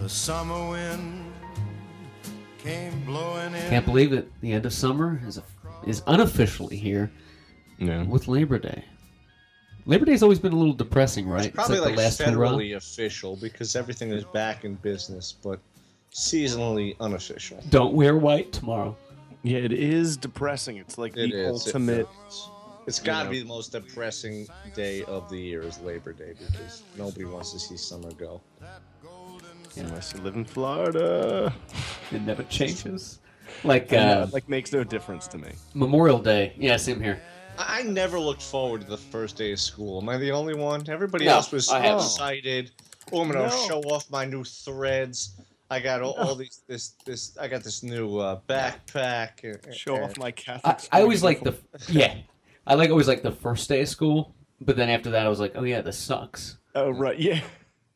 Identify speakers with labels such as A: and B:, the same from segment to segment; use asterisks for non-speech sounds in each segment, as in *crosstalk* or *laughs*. A: The summer wind came blowing in.
B: Can't believe it. The end of summer is is unofficially here
C: Yeah.
B: with Labor Day. Labor Day's always been a little depressing, right? It's
D: Probably like,
B: the last hurrah.
D: federally official because everything is back in business, but seasonally unofficial.
B: Don't wear white tomorrow.
C: Yeah, it is depressing. It's like
D: It
C: the
D: is. uh, It
C: ultimate.
D: is. it's got to
C: know.
D: be the most depressing day of the year is Labor Day because nobody wants to see summer go.
C: Unless you live in Florida,
B: It never changes. Like
C: yeah.
B: uh,
C: like makes no difference to me.
B: Memorial Day. Yeah, same here.
D: I I never looked forward to the first day of school. Am I the only one? Everybody
B: No,
D: else was
B: I haven't.
D: excited. Oh, I'm gonna
C: No.
D: show off my new threads. I got all, all these. This this. I got this new uh, backpack. and-
C: Show
D: and-
C: off my Catholic.
B: I, I always
C: school
B: like the
C: *laughs*
B: yeah. I like always like the first day of school, but then after that I was like, oh yeah, this sucks.
C: uniform. Oh right, yeah. *laughs*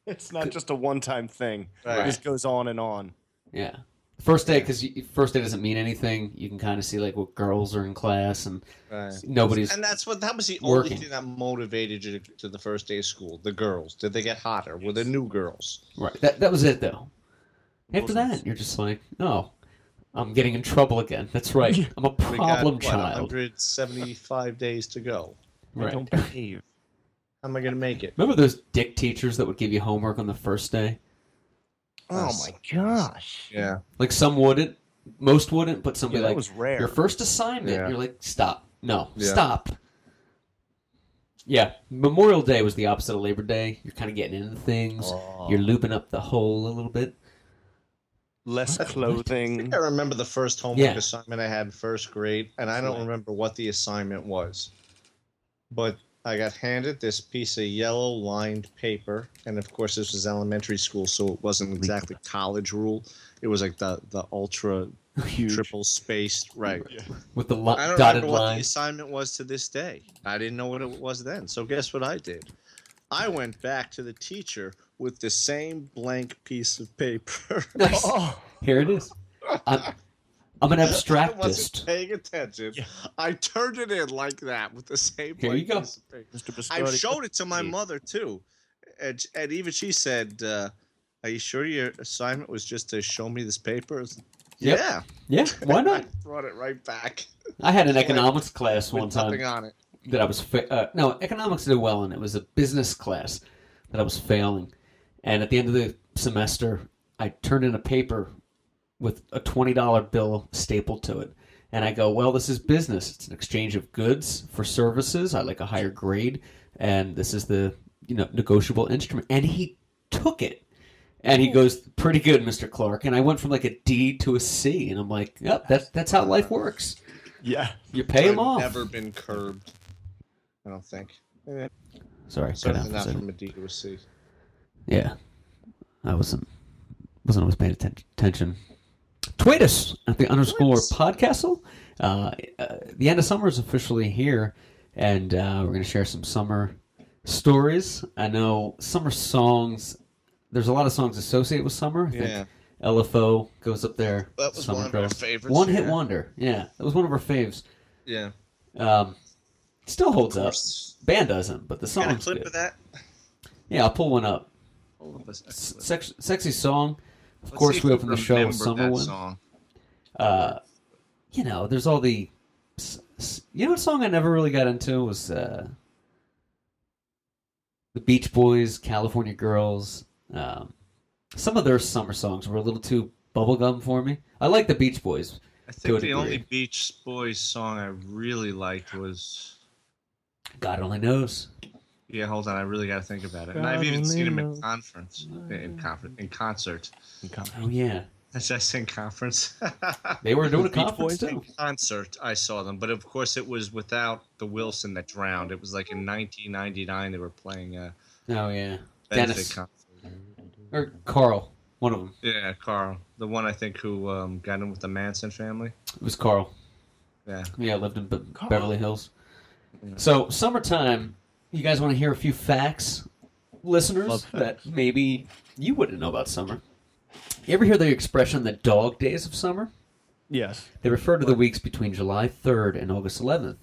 C: It's not just a one-time thing.
D: Right.
C: It just goes on and on.
B: Yeah. First day because first day doesn't mean anything. You can kind of see like what girls are in class and
D: Right.
B: nobody's
D: And that's what that was the
B: Working.
D: only thing that motivated you to, to the first day of school. The girls. Did they get hotter? Were the new girls?
B: right. That that was it though. After that, you're just like, oh, I'm getting in trouble again. That's right. I'm a
D: We
B: problem
D: got,
B: child.
D: 175 days to go.
C: I
B: Right.
C: don't behave.
D: How am I gonna make it?
B: Remember those dick teachers that would give you homework on the first day?
D: Oh my
C: gosh.
D: Yeah.
B: Like some wouldn't, most wouldn't, but somebody
C: Yeah, that
B: like
C: was rare.
B: your first assignment.
D: Yeah.
B: You're like, stop, no,
D: Yeah.
B: stop. Yeah, Memorial Day was the opposite of Labor Day. You're kind of getting into things. You're looping up the hole a little bit. *laughs*
C: Less
D: I *laughs*
C: clothing.
D: think I remember the first homework
B: Yeah.
D: assignment I had in first grade, and I don't remember what the assignment was. But I got handed this piece of yellow lined paper, and of course, this was elementary school, so it wasn't exactly college rule. It was like the, the
B: *laughs*
D: ultra
C: Huge.
D: triple spaced, right?
B: with the li-
D: I don't
B: dotted
D: remember what the
B: line.
D: assignment was to this day. I didn't know what it was then. So guess what I did? I went back to the teacher with the same blank piece of
B: *laughs*
D: paper. *laughs*
B: Nice. Here it is. I'm, I'm an
D: I wasn't
B: abstractist.
D: paying attention. I turned it in like that with the same.
B: Here you
D: blank
B: go.
D: piece of paper.
C: Mr.
D: I
C: Biscotti.
D: showed it to my mother too, and, and even she said, uh, "Are you sure your assignment was just to show me this paper?" I was-
B: Yep.
D: Yeah,
B: Yeah, why
D: I
B: not?
D: brought it right back
B: I had an economics class one
D: with nothing
B: time
D: on it.
B: that I was fa- uh, no economics did well in. It was a business class that I was failing, and at the end of the semester, I turned in a paper with a twenty dollar bill stapled to it, and I go, "Well, this is business. It's an exchange of goods for services. I like a higher grade, and this is the you know negotiable instrument." And he took it. And he goes, pretty good, Mr. Clark. And I went from like a D to a C, and I'm like, yep, that's that's how life works.
C: *laughs* Yeah.
B: You pay
D: I've
B: him off.
D: Never been curbed. I don't think. Eh,
B: Sorry, cut out
D: Certainly
B: for a
D: not
B: second.
D: from a D to a C.
B: Yeah, I wasn't wasn't always paying atten- attention. Tweet us at the underscore podcastle. Uh, uh, the end of summer is officially here, and uh, we're going to share some summer stories. I know summer songs. There's a lot of songs associated with summer. I think
D: Yeah.
B: LFO goes up there.
D: That was
B: Summer
D: one of our
B: Girl.
D: favorites,
B: One hit
D: yeah.
B: wonder. Yeah, that was one of our faves.
D: Yeah.
B: Um, still holds
D: Of
B: up.
D: course.
B: Band doesn't, but the
D: Got a
B: song's
D: clip
B: good.
D: of that?
B: Yeah, I'll pull one up.
D: Hold up a second. Let's
B: sex, sexy song. Of
D: see
B: course,
D: if
B: we
D: you
B: open the show with
D: remember
B: Summer
D: that
B: Wind.
D: song.
B: Uh, you know, there's all the. s- s- You know, what song I never really got into was uh, the Beach Boys, California Girls. Um, some of their summer songs were a little too bubblegum for me. I like the Beach Boys.
D: I
B: to a
D: think the only
B: degree.
D: Beach Boys song I really liked was.
B: God only knows.
D: Yeah, hold on. I really got to think about it. And
C: God
D: I've even
C: only
D: seen him in
C: knows.
D: conference, in conference, in concert.
B: Oh yeah,
D: *laughs* As I sing conference, *laughs*
B: they were doing a
C: Beach
B: conference
C: Boys?
B: too.
D: concert, I saw them. But of course, it was without the Wilson that drowned. It was like in 1999 they were playing uh, a
B: Oh yeah,
D: benefit
B: Dennis
D: concert.
B: or Carl, one of them.
D: Yeah, Carl, the one I think who um, got in with the Manson family.
B: It was Carl.
D: Yeah.
B: Yeah, I lived in Be-
C: Carl.
B: Beverly Hills. So summertime, you guys want to hear a few facts, listeners,
C: Love
B: that maybe you wouldn't know about summer. You ever hear the expression the dog days of summer?
C: Yes.
B: They refer to the weeks between July 3rd and August 11th.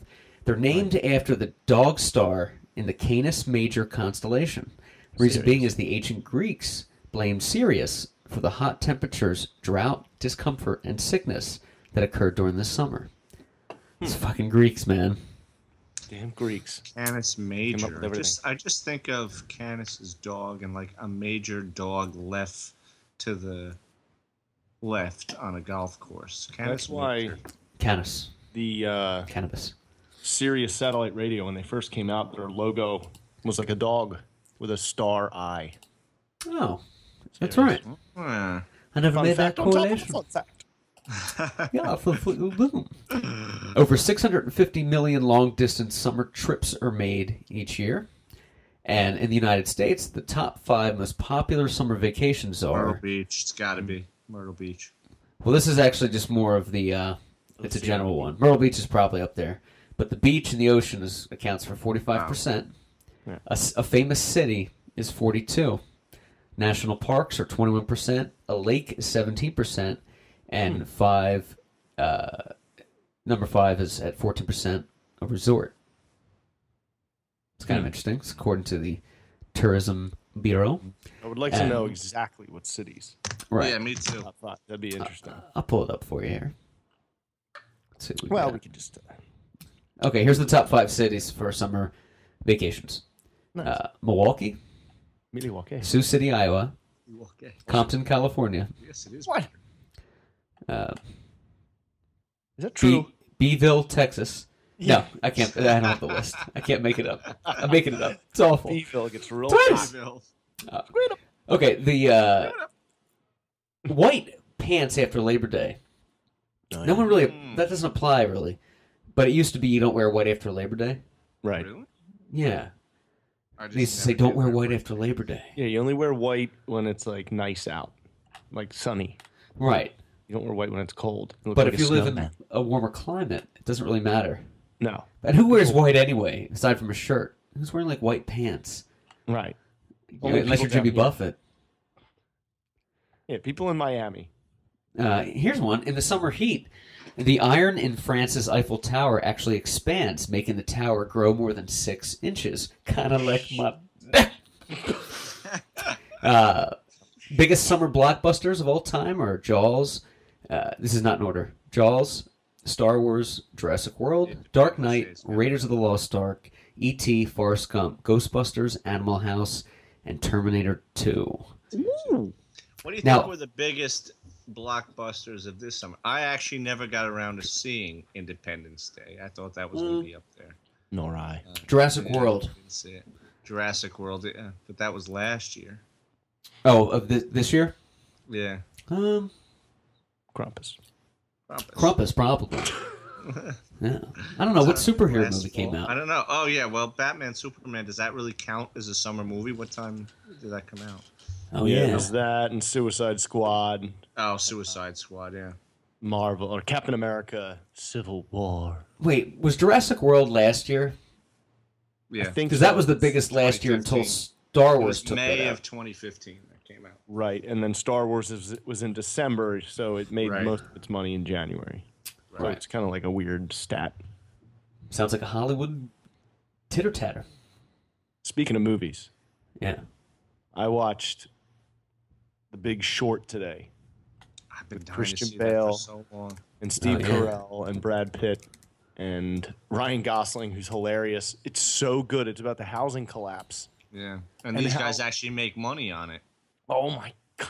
B: They're named after the dog star in the Canis Major constellation. The reason being is the ancient Greeks blamed Sirius for the hot temperatures, drought, discomfort, and sickness that occurred during the summer. It's
C: Hmm.
B: fucking Greeks, man.
C: Damn Greeks.
D: Canis
C: with
D: Major. I
C: everything.
D: just, I just think of Canis's dog and like a major dog left to the left on a golf course. Canis
C: That's why
D: Major.
B: Canis.
C: the uh,
B: Cannabis.
C: Sirius satellite radio, when they first came out, their logo was like a dog with a star eye.
B: Oh, that's right.
D: Huh.
B: I never
C: Fun
B: made that
C: fact on top of
B: correlation.
C: fun
B: *laughs*
C: fact.
B: Yeah, fl- fl- boom. Over 650 million long distance summer trips are made each year. And in the United States, the top five most popular summer vacations
D: Myrtle
B: are.
D: Beach. It's got to be Myrtle Beach.
B: Well, this is actually just more of the. Uh, it's a general one. Myrtle Beach is probably up there, but the beach and the ocean is accounts for 45 percent.
C: Yeah.
B: A, s- a famous city is 42. National parks are 21 percent. A lake is 17 percent, and five. Uh, number five is at 14 percent. A resort. It's kind of interesting. It's according to the tourism bureau.
C: I would like to know exactly what cities.
B: Right.
D: Yeah, me too.
C: I thought that'd be interesting.
B: I'll pull it up for you here. Let's see what we
C: Uh, well,
B: got.
C: we could just. Uh,
B: Okay, here's the top five cities for summer vacations:
C: nice.
B: uh, Milwaukee,
C: Milwaukee.
B: Sioux City, Iowa,
D: Okay.
B: Compton, California,
D: Yes, it is.
C: What? Is
B: uh,
C: that true?
B: Be- Beeville, Texas. No, I can't. I don't have the list. I can't make it up. I'm making it up. It's awful.
C: Beeville gets real.
B: Twice!
D: Bill.
B: Okay, the uh, white pants after Labor Day. No one really.
C: Mm.
B: That doesn't apply really, but it used to be you don't wear white after Labor Day.
C: Right.
D: Really?
B: Yeah,
D: I just
B: they used to say
D: never
B: don't
D: did
B: wear
D: that.
B: white after Labor Day.
C: Yeah, you only wear white when it's like nice out, like sunny.
B: Right.
C: You don't wear white when it's cold. look
B: But
C: like
B: if
C: a
B: you live in
C: snowman.
B: a warmer climate, it doesn't really matter.
C: no,
B: And who wears white anyway, aside from a shirt? Who's wearing like white pants?
C: right? Only
B: Unless you're
C: people down
B: Jimmy
C: here.
B: Buffett.
C: Yeah, people in Miami.
B: Uh, here's one. In the summer heat, the iron in France's Eiffel Tower actually expands, making the tower grow more than six inches. Kind of like my. uh, biggest summer blockbusters of all time are Jaws. Uh, this is not in order. Jaws, Star Wars, Jurassic World, Dark Knight, Raiders of the Lost Ark, E.T., Forrest Gump, Ghostbusters, Animal House, and Terminator 2.
D: What do you
B: Now-
D: think were the biggest blockbusters of this summer? I actually never got around to seeing Independence Day. I thought that was going to be up there.
C: Nor I.
B: Jurassic
D: Yeah,
B: World.
D: didn't see it. Jurassic World, yeah, but that was last year.
B: Oh, of this, this year?
D: Yeah.
B: Um,
C: Krampus.
D: Krampus.
B: Krampus,
D: *laughs*
B: probably. yeah. I don't know. What superhero
D: Last
B: movie came
D: fall. I
B: out?
D: don't know. Oh yeah, well, Batman, Superman. Does that really count as a summer movie? What time did that come out?
B: Oh, yeah.
C: there's that and Suicide Squad,
D: Oh, Suicide Squad. Yeah.
C: Marvel or Captain America, Civil War.
B: Wait, was Jurassic World last year?
D: Yeah.
C: I think
B: Because that
C: so.
B: was the biggest last year until
D: 2015.
B: Star
D: it
B: Wars
D: was
B: took
D: May
B: that
D: of
B: out.
D: 2015 that came out.
C: right, and then Star Wars is, was in December, so it made
D: Right.
C: most of its money in January. So
B: Right.
C: it's kind of like a weird stat.
B: Sounds like a Hollywood titter tatter.
C: Speaking of movies,
B: Yeah.
C: I watched The Big Short today,
D: I've been dying
C: Christian
D: to see that
C: Bale.
D: for so long.
C: and Steve
B: Oh, yeah.
C: Carell and Brad Pitt and Ryan Gosling, who's hilarious. It's so good. It's about the housing collapse.
D: Yeah. And,
C: And
D: these
C: how-
D: guys actually make money on it.
C: Oh my god!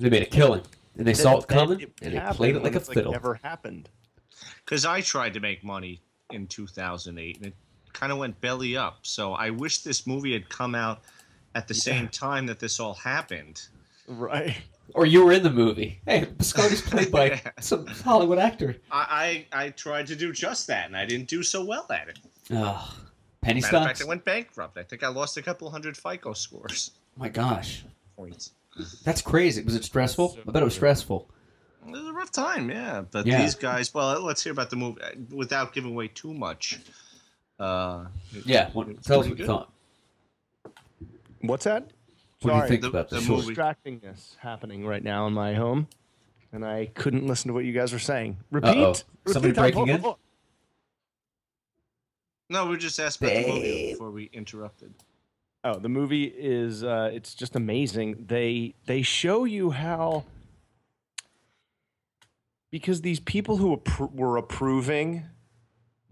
B: They made a killing. And they saw it
C: That- that
B: coming, and they
C: happened
B: played it
C: when
B: like a
C: it's,
B: fiddle.
C: never happened.
D: Because I tried to make money in 2008 and it kind of went belly up. So I wish this movie had come out at the same time that this all happened.
C: Right.
B: Or you were in the movie. Hey, Biscardi's played
D: *laughs*
B: by some Hollywood actor.
D: I, I, I tried to do just that and I didn't do so well at it.
B: Ugh. Penny
D: Matter of
B: stocks?
D: fact, I went bankrupt. I think I lost a couple hundred FICO scores. *laughs*
B: my gosh.
D: Points.
B: That's crazy. Was it stressful? I bet it was stressful.
D: It was a rough time, yeah. But
B: Yeah.
D: these guys, well, let's hear about the movie uh, without giving away too much. Uh,
B: Yeah. What, tell us what
D: pretty
B: you
D: good.
B: thought.
C: What's
B: What
C: that?
B: do you
C: Sorry.
B: think
D: The-
B: about the,
D: the
B: short?
D: movie-
C: Distractingness happening right now in my home, and I couldn't listen to what you guys were saying. Repeat.
B: Uh-oh.
C: Repeat
B: Somebody
C: that.
B: breaking
C: Look,
B: in?
C: look,
D: no, we were just asked about the movie
B: Babe.
D: before we interrupted.
C: Oh, the movie is uh, it's just amazing. They they show you how because these people who appro- were approving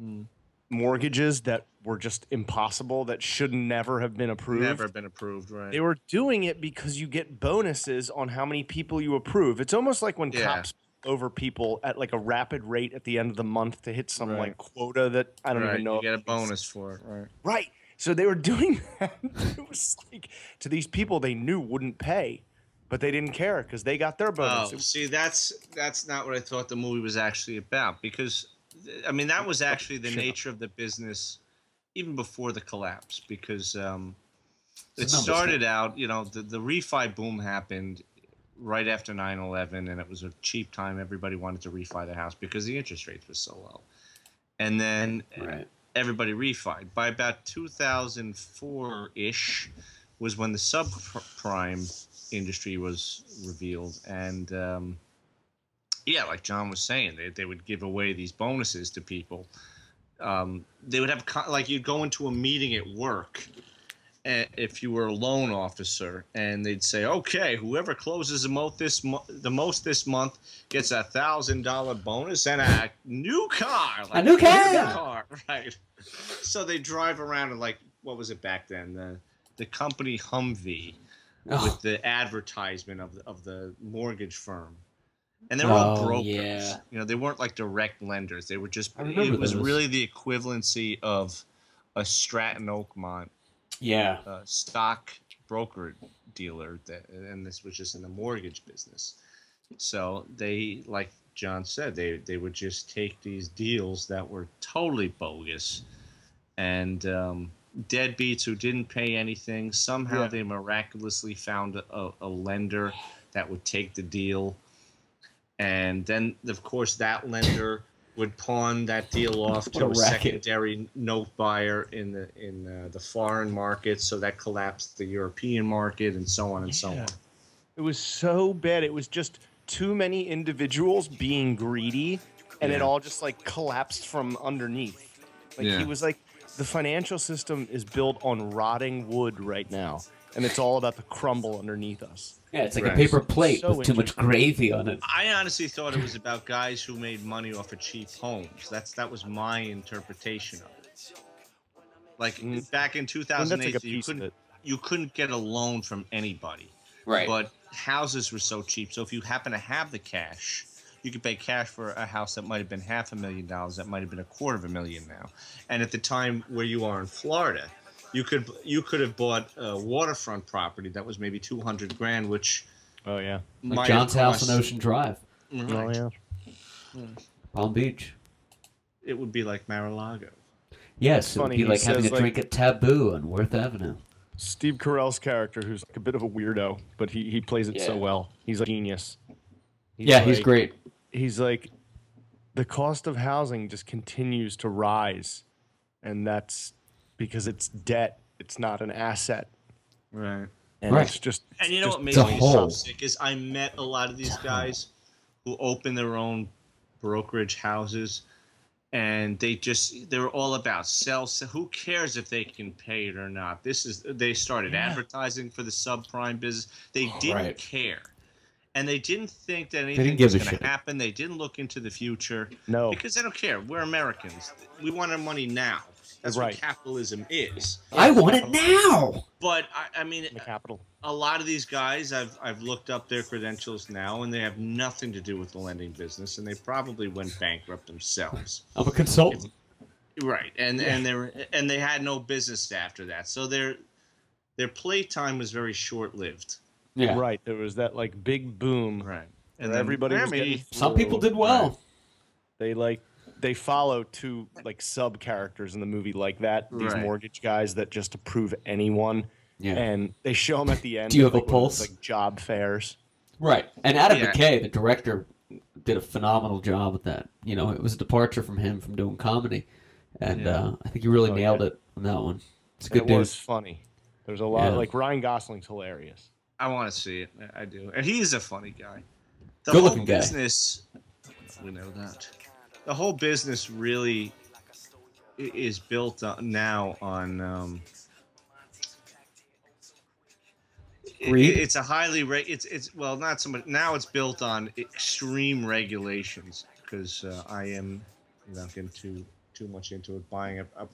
D: Mm.
C: mortgages that were just impossible that should never have been approved.
D: Never been approved, right?
C: They were doing it because you get bonuses on how many people you approve. It's almost like when
D: Yeah.
C: cops over people at like a rapid rate at the end of the month to hit some
D: Right.
C: like quota that I don't
D: right.
C: even know.
D: You
C: if
D: get a
C: it exists.
D: bonus for it, right?
C: Right. So they were *laughs* doing that. it was like to these people they knew wouldn't pay, but they didn't care because they got their bonus.
D: Oh,
C: It was-
D: see, that's that's not what I thought the movie was actually about because, I mean, that was actually the
C: Shut up.
D: nature of the business even before the collapse because um, it
B: It's a numbers
D: started out, you know, the, the refi boom happened right after 9-11 and it was a cheap time everybody wanted to refi their house because the interest rates were so low and then
B: Right.
D: everybody refied. By about 2004 ish was when the subprime industry was revealed. And um, yeah, like John was saying, they, they would give away these bonuses to people. Um, they would have, co- like, you'd go into a meeting at work. eh, If you were a loan officer, and they'd say, "Okay, whoever closes the most this mo- the most this month gets a thousand dollar bonus and a new car, like
B: A new car!
D: car, *laughs* right?" So they drive around in like what was it back then? The the company Humvee
B: Oh,
D: with the advertisement of the, of the mortgage firm, and they were all
B: Oh,
D: brokers.
B: yeah.
D: You know, they weren't like direct lenders. They were just.
B: I remember
D: It was
B: those.
D: really the equivalency of a Stratton Oakmont
B: yeah.
D: uh, stock broker dealer that and this was just in the mortgage business so they like john said they they would just take these deals that were totally bogus and um deadbeats who didn't pay anything somehow
C: Yeah.
D: they miraculously found a, a lender that would take the deal and then of course that lender would pawn that deal off
B: What
D: to
B: a
D: a,
B: racket.
D: secondary note buyer in the in uh, the foreign market, so that collapsed the European market, and so on and so
C: Yeah.
D: on.
C: It was so bad. It was just too many individuals being greedy, and it
D: Yeah.
C: all just like collapsed from underneath. Like
D: Yeah.
C: he was like, the financial system is built on rotting wood right now, and it's all about the crumble underneath us.
B: Yeah, it's like a
D: Right.
B: paper plate
C: So
B: with too much
C: interesting.
B: gravy on it.
D: I honestly thought it was about guys who made money off of cheap homes. That's that was my interpretation of it. Like
C: Mm.
D: back in
C: And that's like
D: 2008,
C: a
D: you
C: piece of
D: couldn't
C: it.
D: you couldn't get a loan from anybody. But houses were so cheap. So if you happen to have the cash, you could pay cash for a house that might have been half a million dollars, that might have been a quarter of a million now. And at the time where you are in Florida, you could you could have bought a waterfront property that was maybe two hundred grand, which
C: Oh yeah.
B: Like
D: might
B: John's
D: have
B: house
D: cost,
B: in Ocean Drive,
D: Right.
C: Oh yeah.
B: Palm Beach.
D: It would be like Mar-a-Lago.
B: Yes, it would
C: funny,
B: be
C: he
B: like having a
C: says, like-
B: drink at Taboo on Worth Avenue.
C: Steve Carell's character, who's like a bit of a weirdo, but he, he plays it so
B: Yeah.
C: well. He's a genius.
B: yeah, he's
C: like-
B: great.
C: He's like, the cost of housing just continues to rise, and that's because it's debt. It's not an asset,
D: Right.
C: and
B: Right.
C: it's just.
D: And you know
C: just-
D: what makes
B: the
D: me
B: whole-
D: so sick is I met a lot of these guys who open their own brokerage houses, and they just they're all about sell. sell. Who cares if they can pay it or not? This is they started advertising for the subprime business. They didn't
B: Oh, Right.
D: care, and they didn't think that
B: didn't
D: anything
B: give
D: was
B: a
D: going
B: shit.
D: to happen. They didn't look into the future
C: No.
D: because they don't care. We're Americans. We want our money now. That's
C: Right.
D: what capitalism is.
B: I want it now.
D: But I, I mean,
C: the capital.
D: a lot of these guys I've I've looked up their credentials now and they have nothing to do with the lending business and they probably went bankrupt themselves.
B: I'm a consultant.
D: right. And and they were and they had no business after that. So their their playtime was very short lived.
B: Yeah,
C: Right. There was that like big boom.
D: Right.
C: And everybody was getting
B: some people did well.
C: They like they follow two like sub characters in the movie like that. These
D: Right.
C: mortgage guys that just approve anyone.
B: Yeah.
C: And they show them at the end.
B: Do you
C: at,
B: have a
C: like, one of those,
B: pulse?
C: Like job fairs.
B: Right. And Adam
D: Yeah.
B: McKay, the director, did a phenomenal job with that. You know, it was a departure from him from doing comedy. And
D: Yeah.
B: uh, I think he really
C: Oh,
B: nailed
C: yeah.
B: it on that one. It's a good
C: it
B: dude.
C: was funny. There's a lot
B: Yeah.
C: like Ryan Gosling's hilarious.
D: I want to see it. I- I do. And he's a funny guy. The
B: Good-looking
D: whole
B: guy.
D: business, we know that. The whole business really i- is built on, now on um,
B: Read?
D: It, it's a highly re- it's it's well not so much now it's built on extreme regulations because uh, I am without getting too too much into it buying a, a,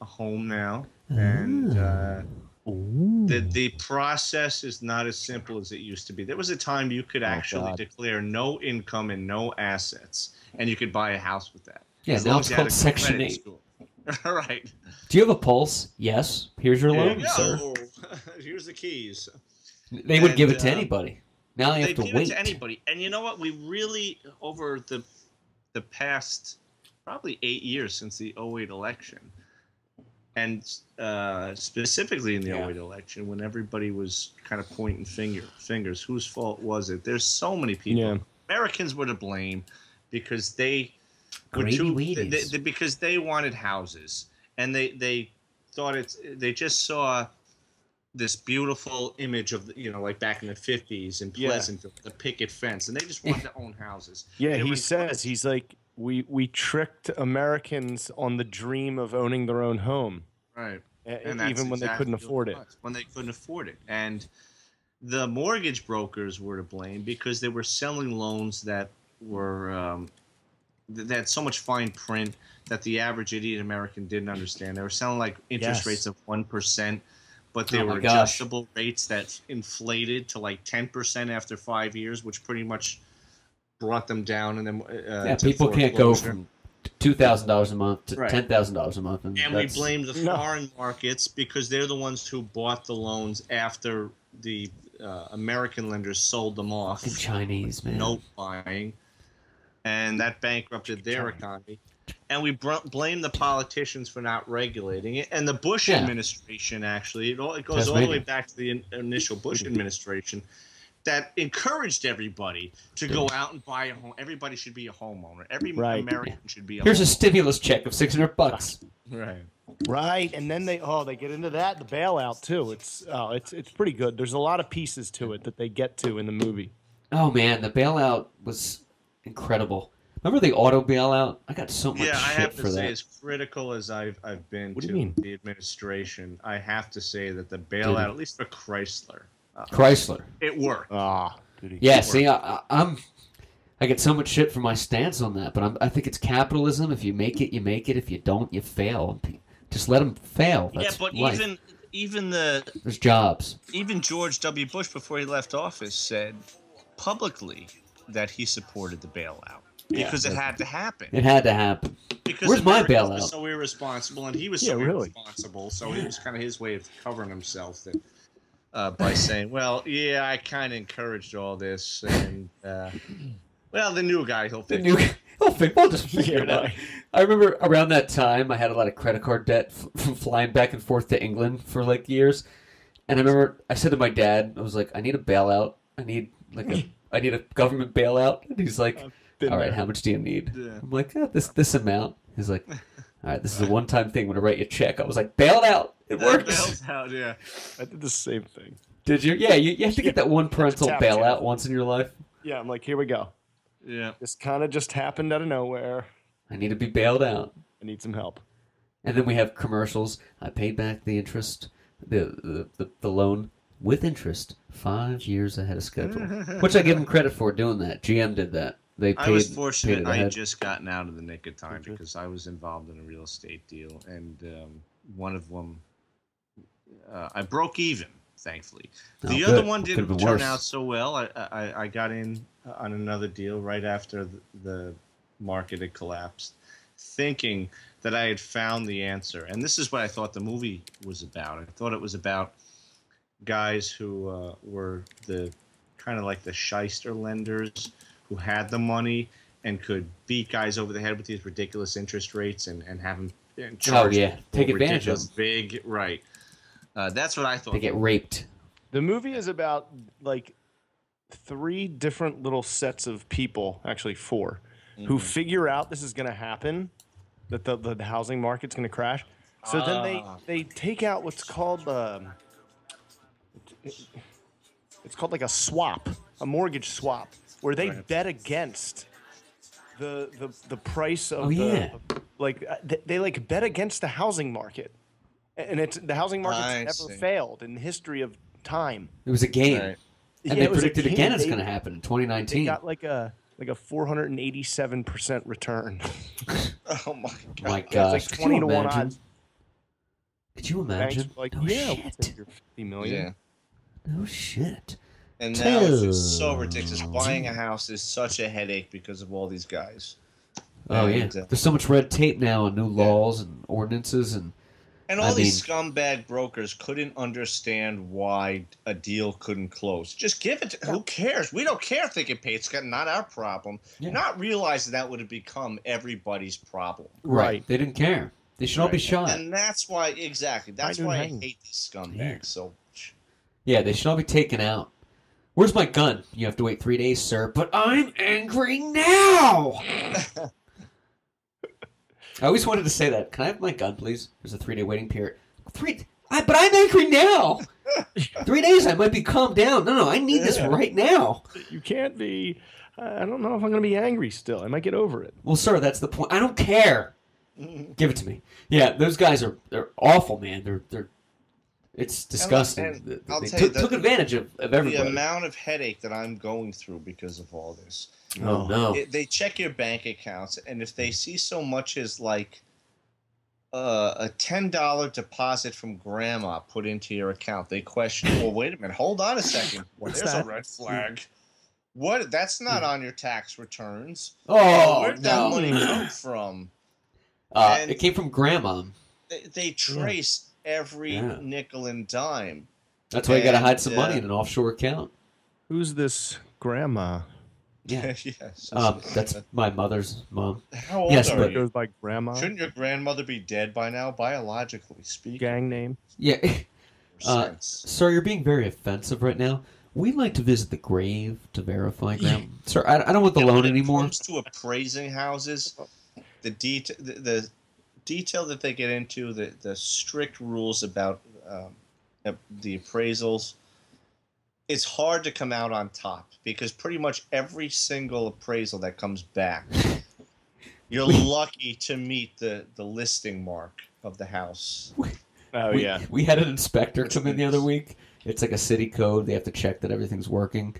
D: a home now and uh, the
B: Hmm.
D: the process is not as simple as it used to be. There was a time you
B: Oh,
D: could actually
E: God.
D: declare no income and no assets and you could buy a house with that.
B: Yeah,
D: As
B: now
D: long
B: it's
D: as you had
B: called
D: a good
B: Section
D: credit
B: eight.
D: score. *laughs* All right.
B: Do you have a pulse? Yes. Here's your loan, sir.
D: Yo, *laughs* here's the keys.
B: They would
D: And,
B: give it to
D: uh,
B: anybody. Now they
D: they
B: have to
D: give
B: wait.
D: it to anybody. And you know what? We really over the the past probably eight years since the 08 election, and uh, specifically in the
B: Yeah.
D: 08 election, when everybody was kind of pointing finger fingers, whose fault was it? There's so many people.
C: Yeah.
D: Americans were to blame because they were
B: Greedy
D: too
B: weedies.
D: they, they- because they wanted houses and they they thought it's they just saw this beautiful image of the- you know like back in the 50s in
C: Yeah.
D: Pleasantville the picket fence and they just wanted to own houses
C: Yeah,
D: They
C: he
D: were-
C: says he's like we we tricked Americans on the dream of owning their own home,
D: right
C: e-
D: that's
C: even when they couldn't
D: exactly
C: afford
D: what
C: it.
D: was, When they couldn't afford it. And the mortgage brokers were to blame because they were selling loans that were um, th- that had so much fine print that the average idiot American didn't understand. They were selling like interest
C: Yes.
D: rates of one percent, but they
B: Oh my
D: were
B: gosh.
D: adjustable rates that inflated to like ten percent after five years, which pretty much brought them down. And then uh,
B: yeah,
D: to
B: people can't go
D: foreclosure.
B: from two thousand dollars a month to
D: Right.
B: ten thousand dollars a month, and,
D: And we
B: that's-
D: blame
B: *laughs*
D: the
C: No.
D: foreign markets because they're the ones who bought the loans after the uh, American lenders sold them off,
B: the Chinese man.
D: note buying, and that bankrupted their economy. And we br- blame the politicians for not regulating it, and the Bush
B: Yeah.
D: administration actually it all it goes all the way
B: Tasmania.
D: back to the in- initial Bush administration that encouraged everybody to go out and buy a home. Everybody should be a homeowner. Every
C: Right.
D: American should be a
B: Here's a stimulus check of six hundred bucks.
D: homeowner. right.
C: Right, and then they oh they get into that the bailout too. It's oh it's it's pretty good. There's a lot of pieces to it that they get to in the movie.
B: Oh man, the bailout was incredible. Remember the auto bailout? I got so much
D: Yeah,
B: shit
D: I have
B: for
D: to
B: that.
D: say, as critical as I've I've been
C: What do
D: to
C: you mean?
D: the administration, I have to say that the bailout, at least for Chrysler,
B: Chrysler.
D: it
B: Oh,
D: worked.
C: Ah,
B: Yeah, see, I, I, I'm. I get so much shit for my stance on that, but I'm, I think it's capitalism. If you make it, you make it. If you don't, you fail. Just let them fail.
D: yeah,
B: That's
D: but
B: life.
D: even even the
B: there's jobs.
D: even George W. Bush before he left office said publicly that he supported the bailout because it had to happen.
B: It had to happen.
D: because
B: Where's my
D: Americans were
B: bailout?
D: So irresponsible, and he was
C: Yeah,
D: so
C: really.
D: irresponsible. So it was kind of his way of covering himself that uh, by saying, "Well, yeah, I kind of encouraged all this," and uh, well, the new guy, he'll
B: the
D: fix
B: new.
D: it.
B: *laughs* I'll, fi- I'll just figure it
C: *laughs* Yeah,
B: out.
C: right.
B: I remember around that time, I had a lot of credit card debt f- from flying back and forth to England for like years. And I remember I said to my dad, I was like, I need a bailout. I need like
C: *laughs*
B: a, I need a government bailout. And he's like,
C: been
B: All right,
C: there.
B: how much do you need?
D: Yeah.
B: I'm like, "Uh, this this amount. He's
C: *laughs*
B: like, All right, this is a one time thing. When I write you a check, I was like, bailed out. It
D: That
B: works.
D: bails out, yeah.
C: I did the same thing.
B: Did you? Yeah, you, you have to get
C: *laughs*
B: that one parental
C: Tap, tap.
B: bailout once in your life.
C: Yeah, I'm like here we go.
D: Yeah.
C: This kind of just happened out of nowhere.
B: I need to be bailed out.
C: I need some help.
B: And then we have commercials. I paid back the interest, the the, the, the loan with interest five years ahead of
C: *laughs*
B: schedule, which I give them credit for doing that. GM did that. They paid,
D: I was
B: paid
D: fortunate.
B: it
D: I had
B: ahead.
D: just gotten out of the nick of time because I was involved in a real estate deal, and um, one of them, uh, I broke even, thankfully.
B: Oh,
D: The
B: good.
D: other one
B: Could've
D: didn't
B: been
D: turn
B: worse.
D: out so well. I, I, I got in on another deal right after the, the market had collapsed, thinking that I had found the answer. And this is what I thought the movie was about. I thought it was about guys who uh, were the kind of like the shyster lenders who had the money and could beat guys over the head with these ridiculous interest rates and, and have them and charge
B: Oh, yeah.
D: people
B: Take advantage of
D: ridiculous big right. Uh, that's what I thought.
B: They get raped.
C: The movie is about like three different little sets of people, actually 4 who figure out this is going to happen, that the, the, the housing market's going to crash. So then they they take out what's called um, it's called like a swap, a mortgage swap, where they bet against the the the price of
B: Oh,
C: the
B: yeah.
C: like uh, they, they like bet against the housing market and it's the housing market's
D: I
C: never
D: see.
C: failed in the history of time.
B: It was a game.
D: Right.
B: And
C: Yeah,
B: they
C: it was a
B: predicted
C: game.
B: again it's
C: They-
B: going to happen in
C: They
B: 2019.
C: got like a like a 487 percent return.
D: Oh my god.
B: My
C: Yeah,
B: gosh.
C: it's like
B: could
C: 20
B: you
C: to 1
B: imagine?
C: odds.
B: Could you
C: Banks
B: imagine?
C: were like,
B: no
C: yeah, we'll
B: shit.
C: take your 50 million.
D: Oh, Yeah.
B: No shit.
D: And now it's just
B: Two.
D: so ridiculous. Buying a house is such a headache because of all these guys.
B: Oh
D: Yeah,
B: yeah.
D: exactly.
B: There's so much red tape now and new laws and ordinances and
D: And all
B: I
D: these scumbag brokers couldn't understand why a deal couldn't close. Just give it. To, Who cares? We don't care if they get paid. It's got- not our problem.
B: Yeah.
D: Not realizing that would have become everybody's problem.
B: right.
C: Right.
B: They didn't care. They should all be
D: Right.
B: shot.
D: And that's why exactly.
C: Hide
D: That's
C: and
D: why I
C: hang.
D: hate these scumbags
B: Yeah.
D: so much.
B: yeah, they should all be taken out. Where's my gun? You have to wait three days, sir. But I'm angry
D: *laughs*
B: now. I always wanted to say that. Can I have my gun, please? There's a three-day waiting period. Three. I, but I'm angry
D: *laughs*
B: now. three days, I might be calmed down. No, no, I need this right now.
C: You can't be. I don't know if I'm going to be angry still. I might get over it.
B: Well, sir, that's the point. I don't care.
D: Mm-hmm.
B: Give it to me. Yeah, those guys are they're awful, man. They're they're it's disgusting.
D: and
B: They-
D: I'll
B: they
D: tell
B: took,
D: you that-
B: took advantage of, of
D: The
B: everybody.
D: amount of headache that I'm going through because of all this.
B: oh no.
D: It- they check your bank accounts, and if they see so much as like uh, a ten dollar deposit from grandma put into your account, they question. Well, wait a minute, hold on
B: *laughs*
D: a second. Well,
C: What's
D: there's
C: that?
D: a red flag. What? That's not on your tax returns.
B: Hmm. oh
D: Where'd
B: *clears throat*
D: that money
B: no.
D: come from?
B: Uh,
D: And-
B: it came from grandma.
D: They, they trace every
B: Yeah.
D: nickel and dime.
B: That's why you got to
D: And,
B: hide some
D: uh,
B: money in an offshore account.
C: Who's this grandma?
B: Yeah.
D: *laughs* yes.
B: Um, that's my mother's mom.
D: *laughs* How old
B: yes,
D: are
B: but-
D: you?
C: Goes by grandma.
D: Shouldn't your grandmother be dead by now, biologically speaking?
C: Gang name.
B: Yeah. *laughs* uh,
D: Sense.
B: Sir, you're being very offensive right now. We like to visit the grave to verify, grandma.
D: *laughs*
B: Sir, I, I don't want the
D: Yeah,
B: loan
D: when it
B: anymore.
D: comes to appraising houses, the, det- the, the detail that they get into, the, the strict rules about um, ap- the appraisals, it's hard to come out on top because pretty much every single appraisal that comes back,
B: *laughs*
D: you're lucky to meet the, the listing mark of the house.
C: Oh
B: we, we had an inspector come in the other week. It's like a city code. They have to check that everything's working.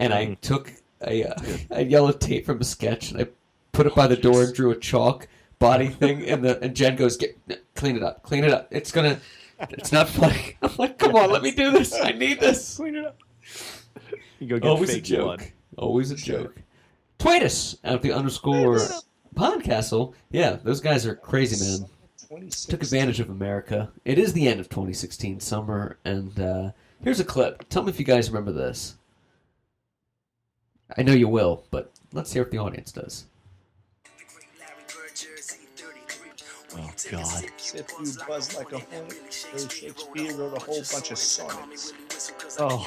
B: And
C: Mm-hmm.
B: I took a, uh, *laughs* a yellow tape from a sketch and I put it by
C: Oh,
B: the door and drew a chalk body thing. And the and Jen goes, "Get clean it up, clean it up. It's gonna, it's not funny." *laughs* I'm like, "Come on, let me do this. I need
C: *laughs*
B: this."
C: Clean it up. Oh, You go get
B: Always a
C: fake
B: joke.
C: blood.
B: Always a joke. Tweet us at the underscore Podcastle. Yeah, those guys are crazy, man.
D: 26.
B: took advantage of America. It is the end of 2016 summer, and uh, here's a clip. Tell me if you guys remember this. I know you will, but let's hear what the audience does.
F: Oh God!
D: If you buzz like a hornet, though Shakespeare wrote a whole bunch of sonnets.
C: Oh.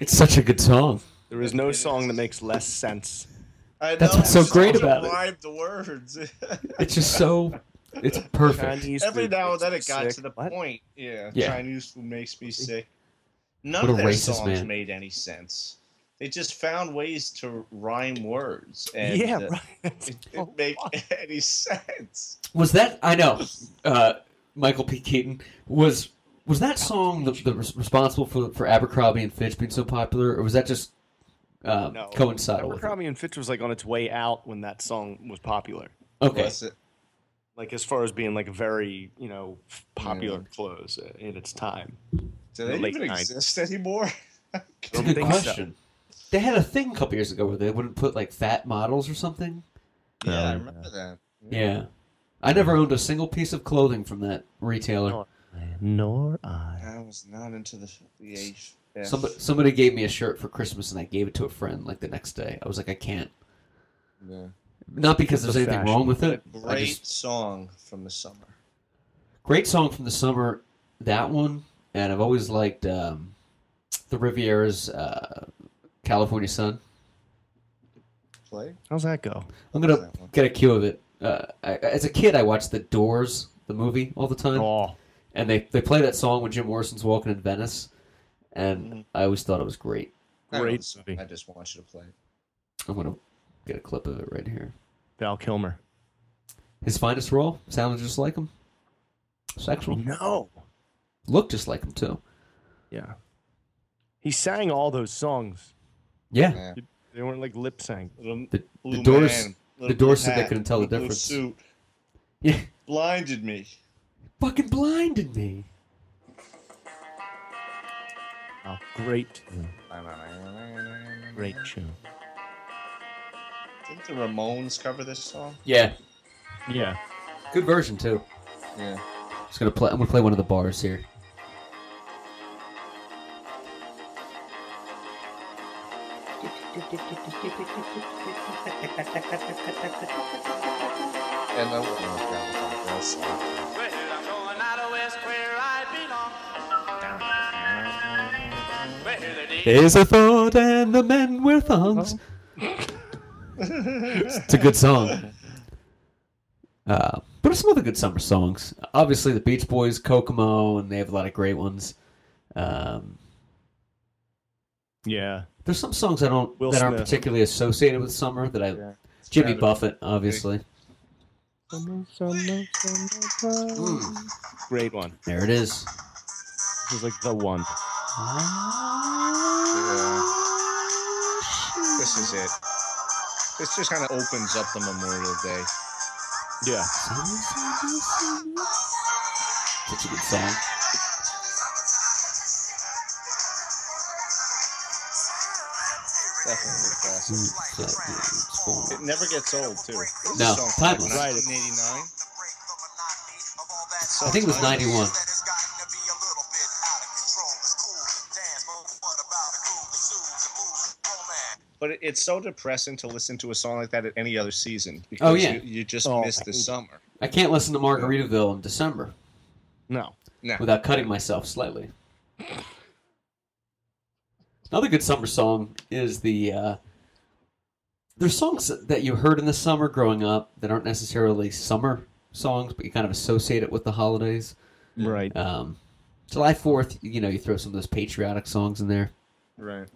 B: It's such a good song.
C: There is no song that makes less sense.
D: I
B: That's
D: know,
B: what's so
D: it's
B: great
D: hard to
B: about it.
D: rhyme the words. *laughs*
B: It's just so. It's perfect.
C: Chinese
D: Every
C: food
D: now and
C: makes
D: then
C: me
D: it got
C: sick.
D: to the
C: What?
D: point. Yeah,
B: Yeah.
D: Chinese food makes me sick. None
B: What
D: of
B: a
D: their
B: racist
D: songs
B: man.
D: made any sense. They just found ways to rhyme words, and
C: yeah,
D: uh,
C: right. *laughs* That's
D: it
C: so
D: didn't make
C: wild.
D: *laughs* any sense.
B: Was that I know? Uh, Michael P. Keaton was was that song the, the res- responsible for for Abercrombie and Fitch being so popular, or was that just uh,
C: No.
B: coincidental? With it?
C: Abercrombie and Fitch was like on its way out when that song was popular.
B: Okay,
D: Bless it.
C: Like as far as being like very you know f- popular clothes uh, in its time.
D: Do
C: The
D: they
C: late
D: even
C: 90s.
D: exist anymore? *laughs*
B: It's a
C: don't
B: good
C: think so.
B: question. They had a thing a couple years ago where they wouldn't put like fat models or something.
D: yeah, I remember that.
B: Oh, Yeah. I never owned a single piece of clothing from that retailer.
C: Oh, Nor I.
D: I was not into the the age.
B: Somebody, somebody gave me a shirt for Christmas and I gave it to a friend like the next day. I was like, I can't.
D: Yeah.
B: Not because
C: It's
B: there's
C: a
B: anything
C: fashion.
B: wrong with it. I
D: Great
B: just-
D: song from the summer.
B: great song from the summer, that one. And I've always liked um, the Riviera's uh, California Sun.
D: Play.
C: How's that go?
B: I'm gonna
D: That one.
B: get a cue of it. Uh, I, as a kid, I watched The Doors, the movie, all the time.
C: Oh,
B: and they they play that song when Jim Morrison's walking in Venice, and I always thought it was great.
D: I don't know the
C: great
D: song,
C: movie.
D: I just want you to play. it.
B: I'm gonna get a clip of it right here.
C: Val Kilmer.
B: His finest role sounded just like him. Sexual.
C: No.
B: Looked just like him too.
C: Yeah. He sang all those songs.
B: Yeah.
E: Yeah.
C: They weren't like lip sync.
D: Little
B: The,
D: blue
B: the doors.
D: man,
B: the
D: little
B: Doors
D: blue
B: said they
D: hat,
B: couldn't tell the
D: little blue
B: difference.
D: Suit
B: Yeah.
D: blinded me.
B: Fucking blinded me.
C: Oh, great. Great tune.
D: Didn't the Ramones cover this song?
B: Yeah.
C: Yeah.
B: Good version too.
D: Yeah.
B: Just gonna play. I'm gonna play one of the bars here.
E: And I wouldn't have gotten that song.
B: There's a thought, and the men wear thongs. it's a good song. Uh, but there's some other good summer songs. Obviously, the Beach Boys, Kokomo, and they have a lot of great ones. Um,
C: Yeah.
B: there's some songs I don't
C: Will
B: that aren't
C: Smith.
B: particularly associated with summer that I.
E: Yeah.
B: Jimmy
E: Rather-
B: Buffett, obviously.
C: Great one.
B: There it is.
C: This is like the one.
E: Yeah. This is it.
D: This just kind of opens up the Memorial Day.
C: Yeah.
B: Such a good song.
E: Definitely a classic.
B: Mm,
E: It never gets old, too.
B: No,
E: Song from
B: timeless.
C: Right.
E: 1989.
B: I think it was 91.
E: But it- it's so depressing to listen to a song like that at any other season. Because
B: Oh, yeah.
E: You, you just
C: Oh,
E: miss the
C: thank you.
E: summer.
B: I can't listen to Margaritaville in December
C: No.
B: *laughs* without cutting myself slightly. Another good summer song is the. Uh, there's songs that you heard in the summer growing up that aren't necessarily summer songs, but you kind of associate it with the holidays.
C: Right.
B: Um, July 4th, you know, you throw some of those patriotic songs in there,
E: Right.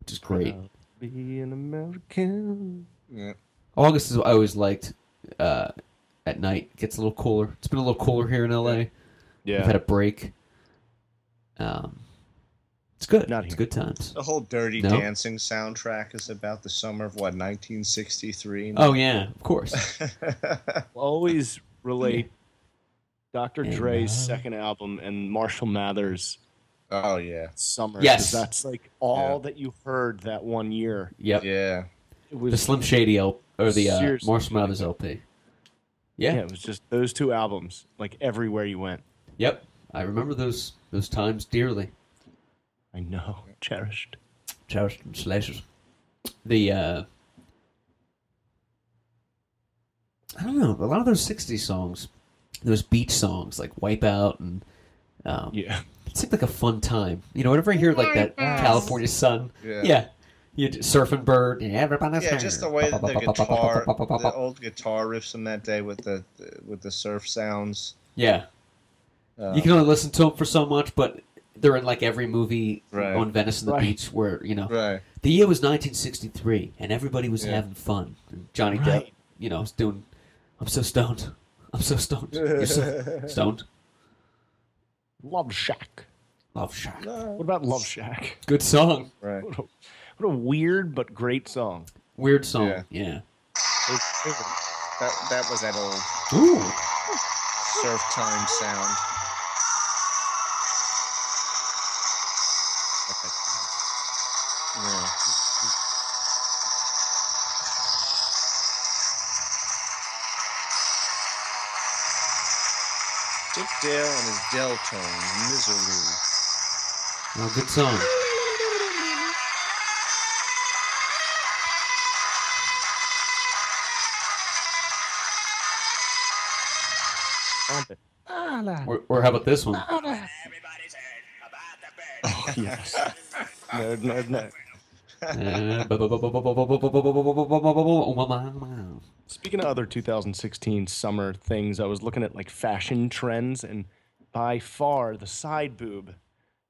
B: which is great.
C: Uh-huh. Be an American.
E: Yeah.
B: August is what I always liked uh, at night. It gets a little cooler. It's been a little cooler here in LA.
C: Yeah.
B: We've had a break. Um, it's good.
C: Not
B: it's
C: here.
B: good times.
E: The whole Dirty
B: No.
E: Dancing soundtrack is about the summer of what 1963.
B: Oh yeah, of course.
C: always relate Dr.
B: And,
C: Dre's
B: uh,
C: second album and Marshall Mathers
E: *laughs* oh yeah,
C: Summer. 'cause
B: Yes.
C: That's like all
E: Yeah.
C: that you heard that one year.
B: Yep.
E: yeah.
C: It
B: The
C: was
B: Slim Shady L- or the uh,
C: Seriously.
B: Marshall Mathers LP. Yeah.
C: Yeah, it was just those two albums, like everywhere you went.
B: Yep. I remember those those times dearly.
C: I know, *laughs* cherished.
B: Cherished and slashes. The uh, I don't know. A lot of those '60s songs, those beach songs like "Wipeout" and um,
C: Yeah,
B: it seemed like a fun time. You know, whenever I hear like that California sun,
E: Yeah.
B: yeah, you surfing bird, and everybody's
E: Yeah, just the way that the guitar, *laughs* the old guitar riffs from that day with the with the surf sounds.
B: yeah,
E: Uh,
B: you can only listen to them for so much, but they're in like every movie
E: Right.
B: on Venice and the
C: Right.
B: beach where you know
E: right.
B: the year was 1963 and everybody was
E: Yeah.
B: having fun. And Johnny Depp,
C: Right.
B: you know, was doing. I'm so stoned. I'm
E: *laughs*
B: so stoned. You're so stoned.
C: Love Shack.
B: Love Shack.
C: What about Love Shack?
B: Good song.
E: Right.
C: What a, what a weird but great song.
B: Weird song.
E: Yeah.
B: yeah.
E: That that was that old
B: Ooh.
E: surf time sound. Yeah. Dick Dale and his Dell tone, misery.
B: Oh, good song.
C: Bump it.
B: Or, or how about this one? *laughs*
C: Yes. nerd, nerd, nerd.
B: Ooh,
C: Speaking of other 2016 summer things, I was looking at like fashion trends, and by far the side boob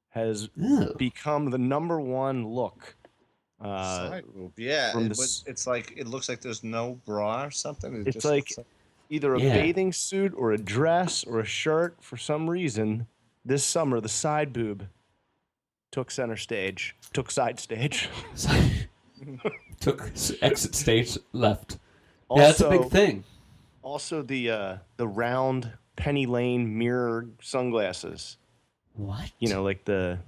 C: has become the number one look. Uh,
E: Side boob, yeah.
C: from
E: it
C: the
E: was-
C: s-
E: it's like it looks like there's no bra or something. It
C: It's
E: just
C: like-
E: looks
C: either a
B: Yeah.
C: bathing suit or a dress or a shirt. For some reason, this summer, the side boob took center stage, took side stage.
B: So- took s- exit stage left. *laughs* yeah, that's a big
C: Also-
B: thing.
C: Also, the uh, the round penny lane mirror sunglasses.
B: What?
C: You know, like the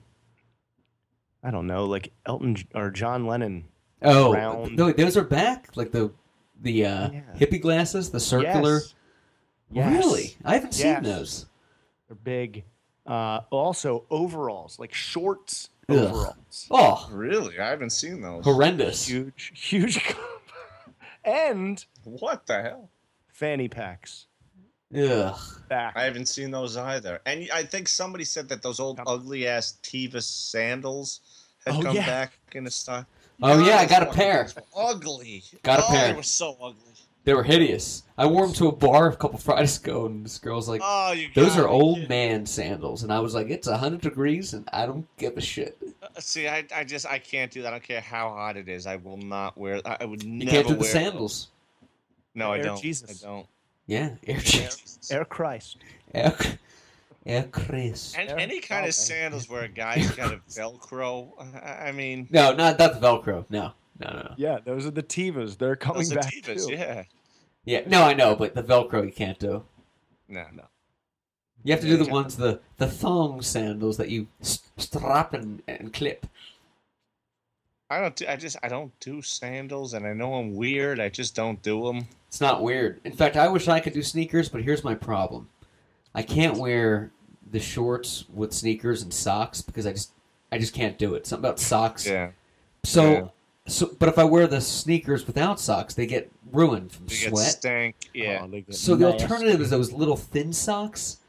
C: I don't know, like Elton J- or John Lennon.
B: Oh,
C: round-
B: no, those are back. Like the the uh,
C: Yeah.
B: hippie glasses, the circular.
C: Yes. Yes.
B: Really, I haven't
C: Yes.
B: seen those.
C: They're big. Uh, also, overalls, like shorts
B: Ugh.
C: overalls.
B: Oh,
D: Really? I haven't seen those.
B: horrendous!
C: Huge, huge. *laughs* and
D: What the hell?
C: fanny packs.
B: Ugh.
C: Back.
D: I haven't seen those either. And I think somebody said that those old
C: Come-
D: ugly ass Tiva sandals had
C: Oh,
D: come
C: yeah.
D: back in a style.
B: Oh yeah, I
D: those
B: got a
D: fucking
B: pair.
D: things were Ugly.
B: Got a
D: oh,
B: pair.
D: They were so ugly.
B: They were hideous. I wore them to a bar a couple Fridays *laughs* ago, and this girl's like,
D: Oh, you
B: "Those
D: gotta
B: are
D: be
B: old
D: kidding.
B: man sandals," and I was like, "It's hundred degrees, and I don't give a shit."
D: Uh, See, I, I just I can't do that. I don't care how hot it is. I will not wear. I I would
B: You
D: never
B: can't do the
D: wear
B: sandals.
D: No, I
C: Air
D: don't.
C: Jesus.
D: I don't.
B: *laughs* Yeah, air Jesus.
C: Air Christ.
B: Air, air Chris.
D: And
C: Air
D: any kind of
C: Jesus.
D: sandals where
C: *laughs*
D: a guy's got a Velcro. I, I mean,
B: No, not not the Velcro. No, no, no, no.
C: Yeah, those are the Tivas. They're coming
D: those are
C: back.
D: Tevas,
C: too.
D: yeah.
B: Yeah, no, I know, but the Velcro you can't do.
D: No, no.
B: You have to do the ones the the thong sandals that you s- strap and, and clip.
D: I don't. Do, I just I don't do sandals, and I know I'm weird. I just don't do them.
B: It's not weird. In fact, I wish I could do sneakers, but here's my problem. I can't wear the shorts with sneakers and socks because I just I just can't do it. Something about socks.
D: Yeah,
B: So
D: yeah.
B: so but if I wear the sneakers without socks, they get ruined from
D: they get
B: sweat.
D: stank. Yeah,
C: Oh, they get
B: So the
C: nasty.
B: alternative is those little thin socks.
D: Mm-hmm.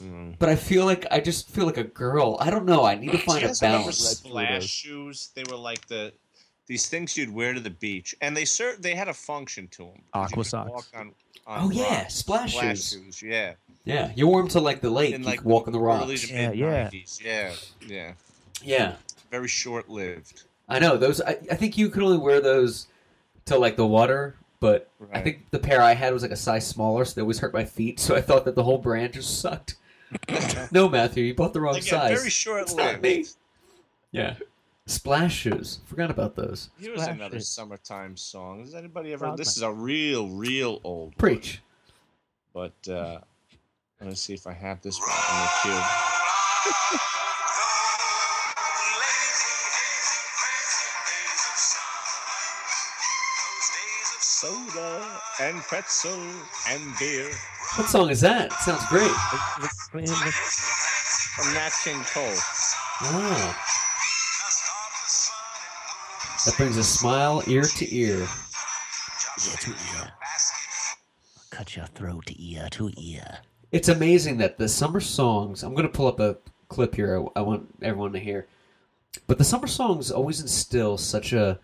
C: Mm.
B: But I feel like I just feel like a girl. I don't know. I need to
D: *laughs* Do
B: find a
D: you guys remember
B: balance.
D: splash shoes. They were like the these things you'd wear to the beach, and they served. They had a function to them.
C: Aqua socks.
D: on, on
B: Oh yeah,
D: rocks.
B: splash, shoes.
D: Yeah,
B: Yeah, you wore them to like the lake.
D: In,
B: you
D: like,
B: could walk on the
D: early to
B: rocks.
C: Yeah,
D: mid
C: yeah.
D: nineties. Yeah, yeah.
B: Yeah,
D: Very short lived.
B: I know those. I, I think you could only wear those to like the water. But I
D: Right.
B: think the pair I had was like a size smaller, so they always hurt my feet. So I thought that the whole brand just
D: *laughs*
B: sucked. no, Matthew, you bought the wrong
D: Again,
B: size.
D: very short
B: It's not
D: lived.
B: me. Yeah, splash shoes. Forgot about those.
D: Here's
C: Splash
D: another
C: it.
D: summertime song. Has anybody ever?
C: Frogman.
D: This is a real, real old.
B: Preach.
D: One, but uh, I'm gonna see if I have this one in the queue. Soda and pretzel and beer
B: What song is that? It sounds great.
D: from Nat King Cole.
B: Oh. That brings a smile ear to ear.
G: Cut your throat ear to ear.
B: It's amazing that the summer songs. I'm going to pull up a clip here. I, I want everyone to hear. But the summer songs always instill such a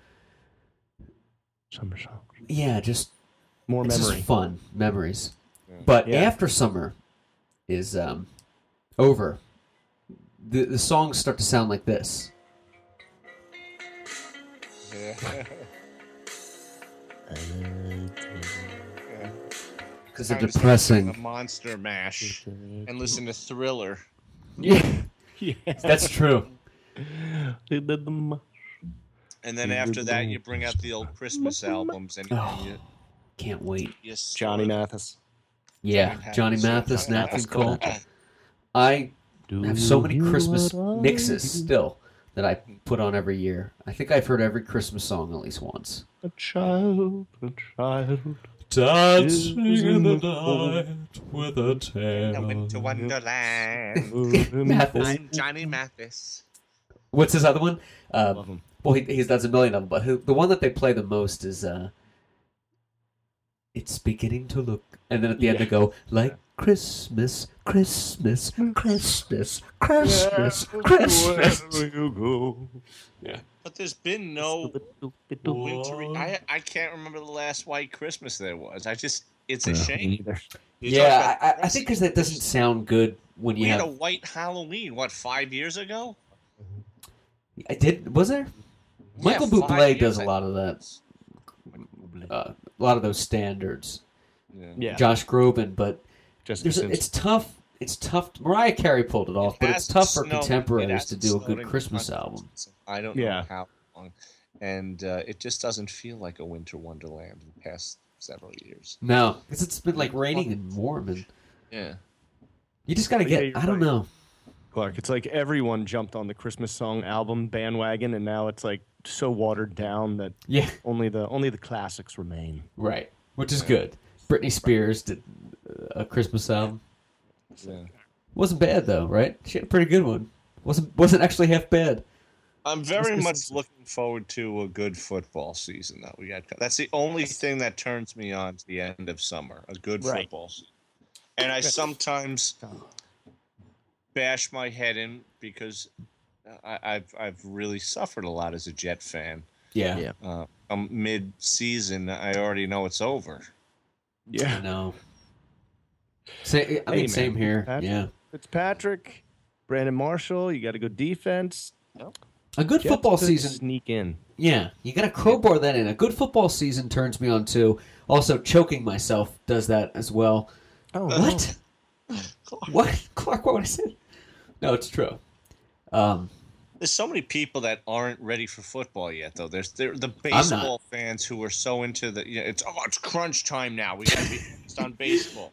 C: Summer song.
B: yeah, just
C: *laughs* More
B: it's just *laughs*
C: memory.
B: fun memories. But
C: Yeah.
B: after summer is um, over, the the songs start to sound like this.
D: *laughs*
B: Because they're
D: Time to start doing
B: depressing.
D: The Monster Mash and listen to Thriller.
B: Yeah, *laughs*
C: *laughs* yeah.
B: that's true.
C: They did them.
D: And then after that, you bring out the old Christmas albums and,
B: Oh.
D: and you,
B: Can't wait.
D: you
C: Johnny Mathis.
B: Yeah, Johnny Mathis,
D: Johnny
B: Nathan Cole. I I have so many Christmas mixes still that I put on every year. I think I've heard every Christmas song at least once.
C: A child, a child.
B: Dancing
C: in the night
B: with a
D: I went to
B: *laughs*
D: Wonderland.
B: Mathis.
D: I'm Johnny Mathis.
B: What's his other one? Uh,
C: Love 'em.
B: well, he, he's does a million of them, but who, the one that they play the most is uh, "It's Beginning to Look," and then at the end they go like Christmas, Christmas, Christmas, Christmas,
D: *laughs*
B: Christmas.
C: Wherever you go.
D: But there's been no wintry. I I can't remember the last White Christmas there was. I just it's a shame. You talk
B: Yeah,
D: about
B: I, I- I think because that doesn't sound good when
D: We
B: you
D: had a
B: have.
D: White Halloween. What five years ago?
B: I did. Was there? Michael
D: Yeah, five
B: Bublé does
D: years
B: a lot of that. Uh, a lot of those standards.
C: Yeah.
B: Josh Groban, but
C: Jessica
B: there's a,
C: Simpson.
B: it's tough. It's tough. Mariah Carey pulled it off, but it's
D: hasn't
B: tough for
D: snowed- it
B: contemporaries to
D: hasn't
B: do a
D: snowed
B: good
D: in
B: Christmas
D: months.
B: album.
D: I don't
C: Yeah.
D: know how long, and uh, it just doesn't feel like a winter wonderland in the past several years.
B: No, because it's been like raining and warm, and
D: Yeah,
B: you just gotta
C: Oh, Yeah,
B: get.
C: you're
B: I don't
C: right.
B: know.
C: Clark. It's like everyone jumped on the Christmas song album bandwagon, and now it's like so watered down that
B: Yeah, *laughs*
C: only the only the classics remain.
B: right. Which is good. Britney Spears did uh, a Christmas album.
D: yeah.
B: Wasn't bad though, right? She had a pretty good one. wasn't wasn't actually half bad.
D: I'm very
B: Christmas
D: much looking forward to a good football season that we got. That's the only thing that turns me on to the end of summer. A good
C: Right.
D: football season, and I sometimes bash my head in because I, I've I've really suffered a lot as a Jet fan.
B: Yeah,
G: Yeah.
D: Uh, um, Mid season, I already know it's over.
B: I know. Say, I mean,
C: man.
B: same here.
C: That-
B: yeah,
C: Fitzpatrick, Brandon Marshall. You got to go defense.
B: a good
C: Jets
B: football
C: could
B: season
C: Sneak in.
B: Yeah, you got to crowbar that in. A good football season turns me on too. Also, choking myself does that as well.
C: Oh,
B: What? *laughs* What? Clark, what would I say? No, it's true. Um,
D: There's so many people that aren't ready for football yet, though. There's there, the
B: not.
D: baseball fans who are so into the. You know, it's oh, it's crunch time now. We got to be focused on baseball.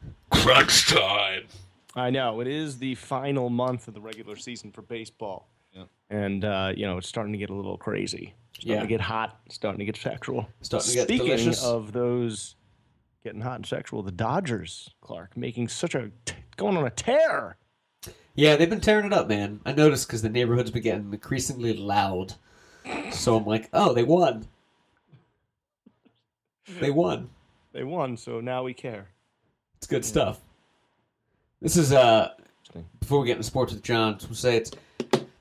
C: I know it is the final month of the regular season for baseball,
D: Yeah.
C: and uh, you know it's starting to get a little crazy. It's starting
B: Yeah.
C: to get hot. it's Starting to get sexual.
B: Starting to get
C: Speaking
B: delicious.
C: of those getting hot and sexual, the Dodgers, Clark, making such a t- going on a tear.
B: yeah, they've been tearing it up, man. I noticed because the neighborhood's been getting increasingly loud. So I'm like, oh, they won. They won.
C: They won, so now we care.
B: It's good stuff. This is uh before we get into sports with John, just want to say it's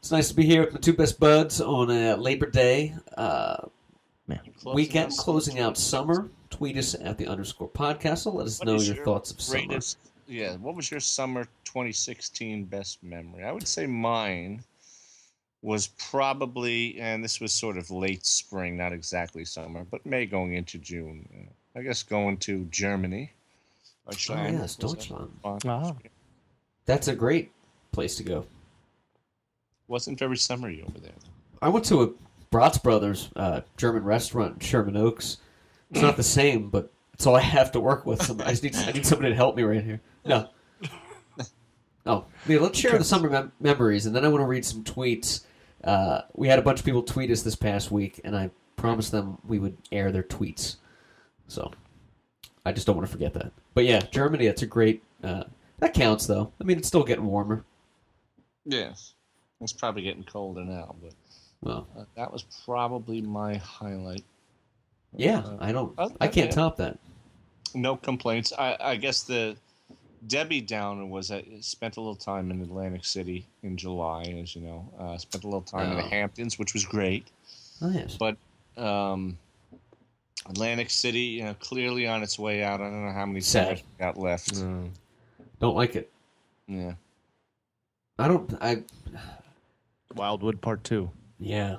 B: it's nice to be here with my two best buds on a Labor Day uh, weekend, closing out summer. Tweet us at the underscore podcast. So let us
D: What
B: know
D: is
B: your, thoughts of summer.
D: greatest- Yeah, what was your summer 2016 best memory? I would say mine was probably, and this was sort of late spring, not exactly summer, but May going into June. uh, I guess going to Germany.
B: Oh
D: Deutschland
B: yes, Uh.
D: was a
B: Deutschland.
D: fun-
C: Ah.
B: That's a great place to go.
D: Wasn't very summery over there.
B: I went to a Bratz Brothers uh, German restaurant in Sherman Oaks. It's not the same, but it's all I have to work with. Some- I just need I need somebody to help me right here. *laughs* No. Oh, yeah, let's share the summer mem- memories, and then I want to read some tweets. Uh, we had a bunch of people tweet us this past week, and I promised them we would air their tweets. So I just don't want to forget that. But yeah, Germany, that's a great. Uh, that counts, though. I mean, it's still getting warmer.
D: Yes. It's probably getting colder now, but
B: Well,
D: uh, that was probably my highlight.
B: yeah, Uh, I don't. I can't top that.
D: No complaints. I, I guess the Debbie Downer was I spent a little time in Atlantic City in July, as you know. Uh, spent a little time in the
B: Oh.
D: Hamptons, which was great.
B: Nice.
D: But um, Atlantic City, you know, clearly on its way out. I don't know how many
B: Sad. Mm.
D: stars we got left.
B: Don't like it.
D: Yeah.
B: I don't. I
C: Wildwood Part Two.
B: yeah.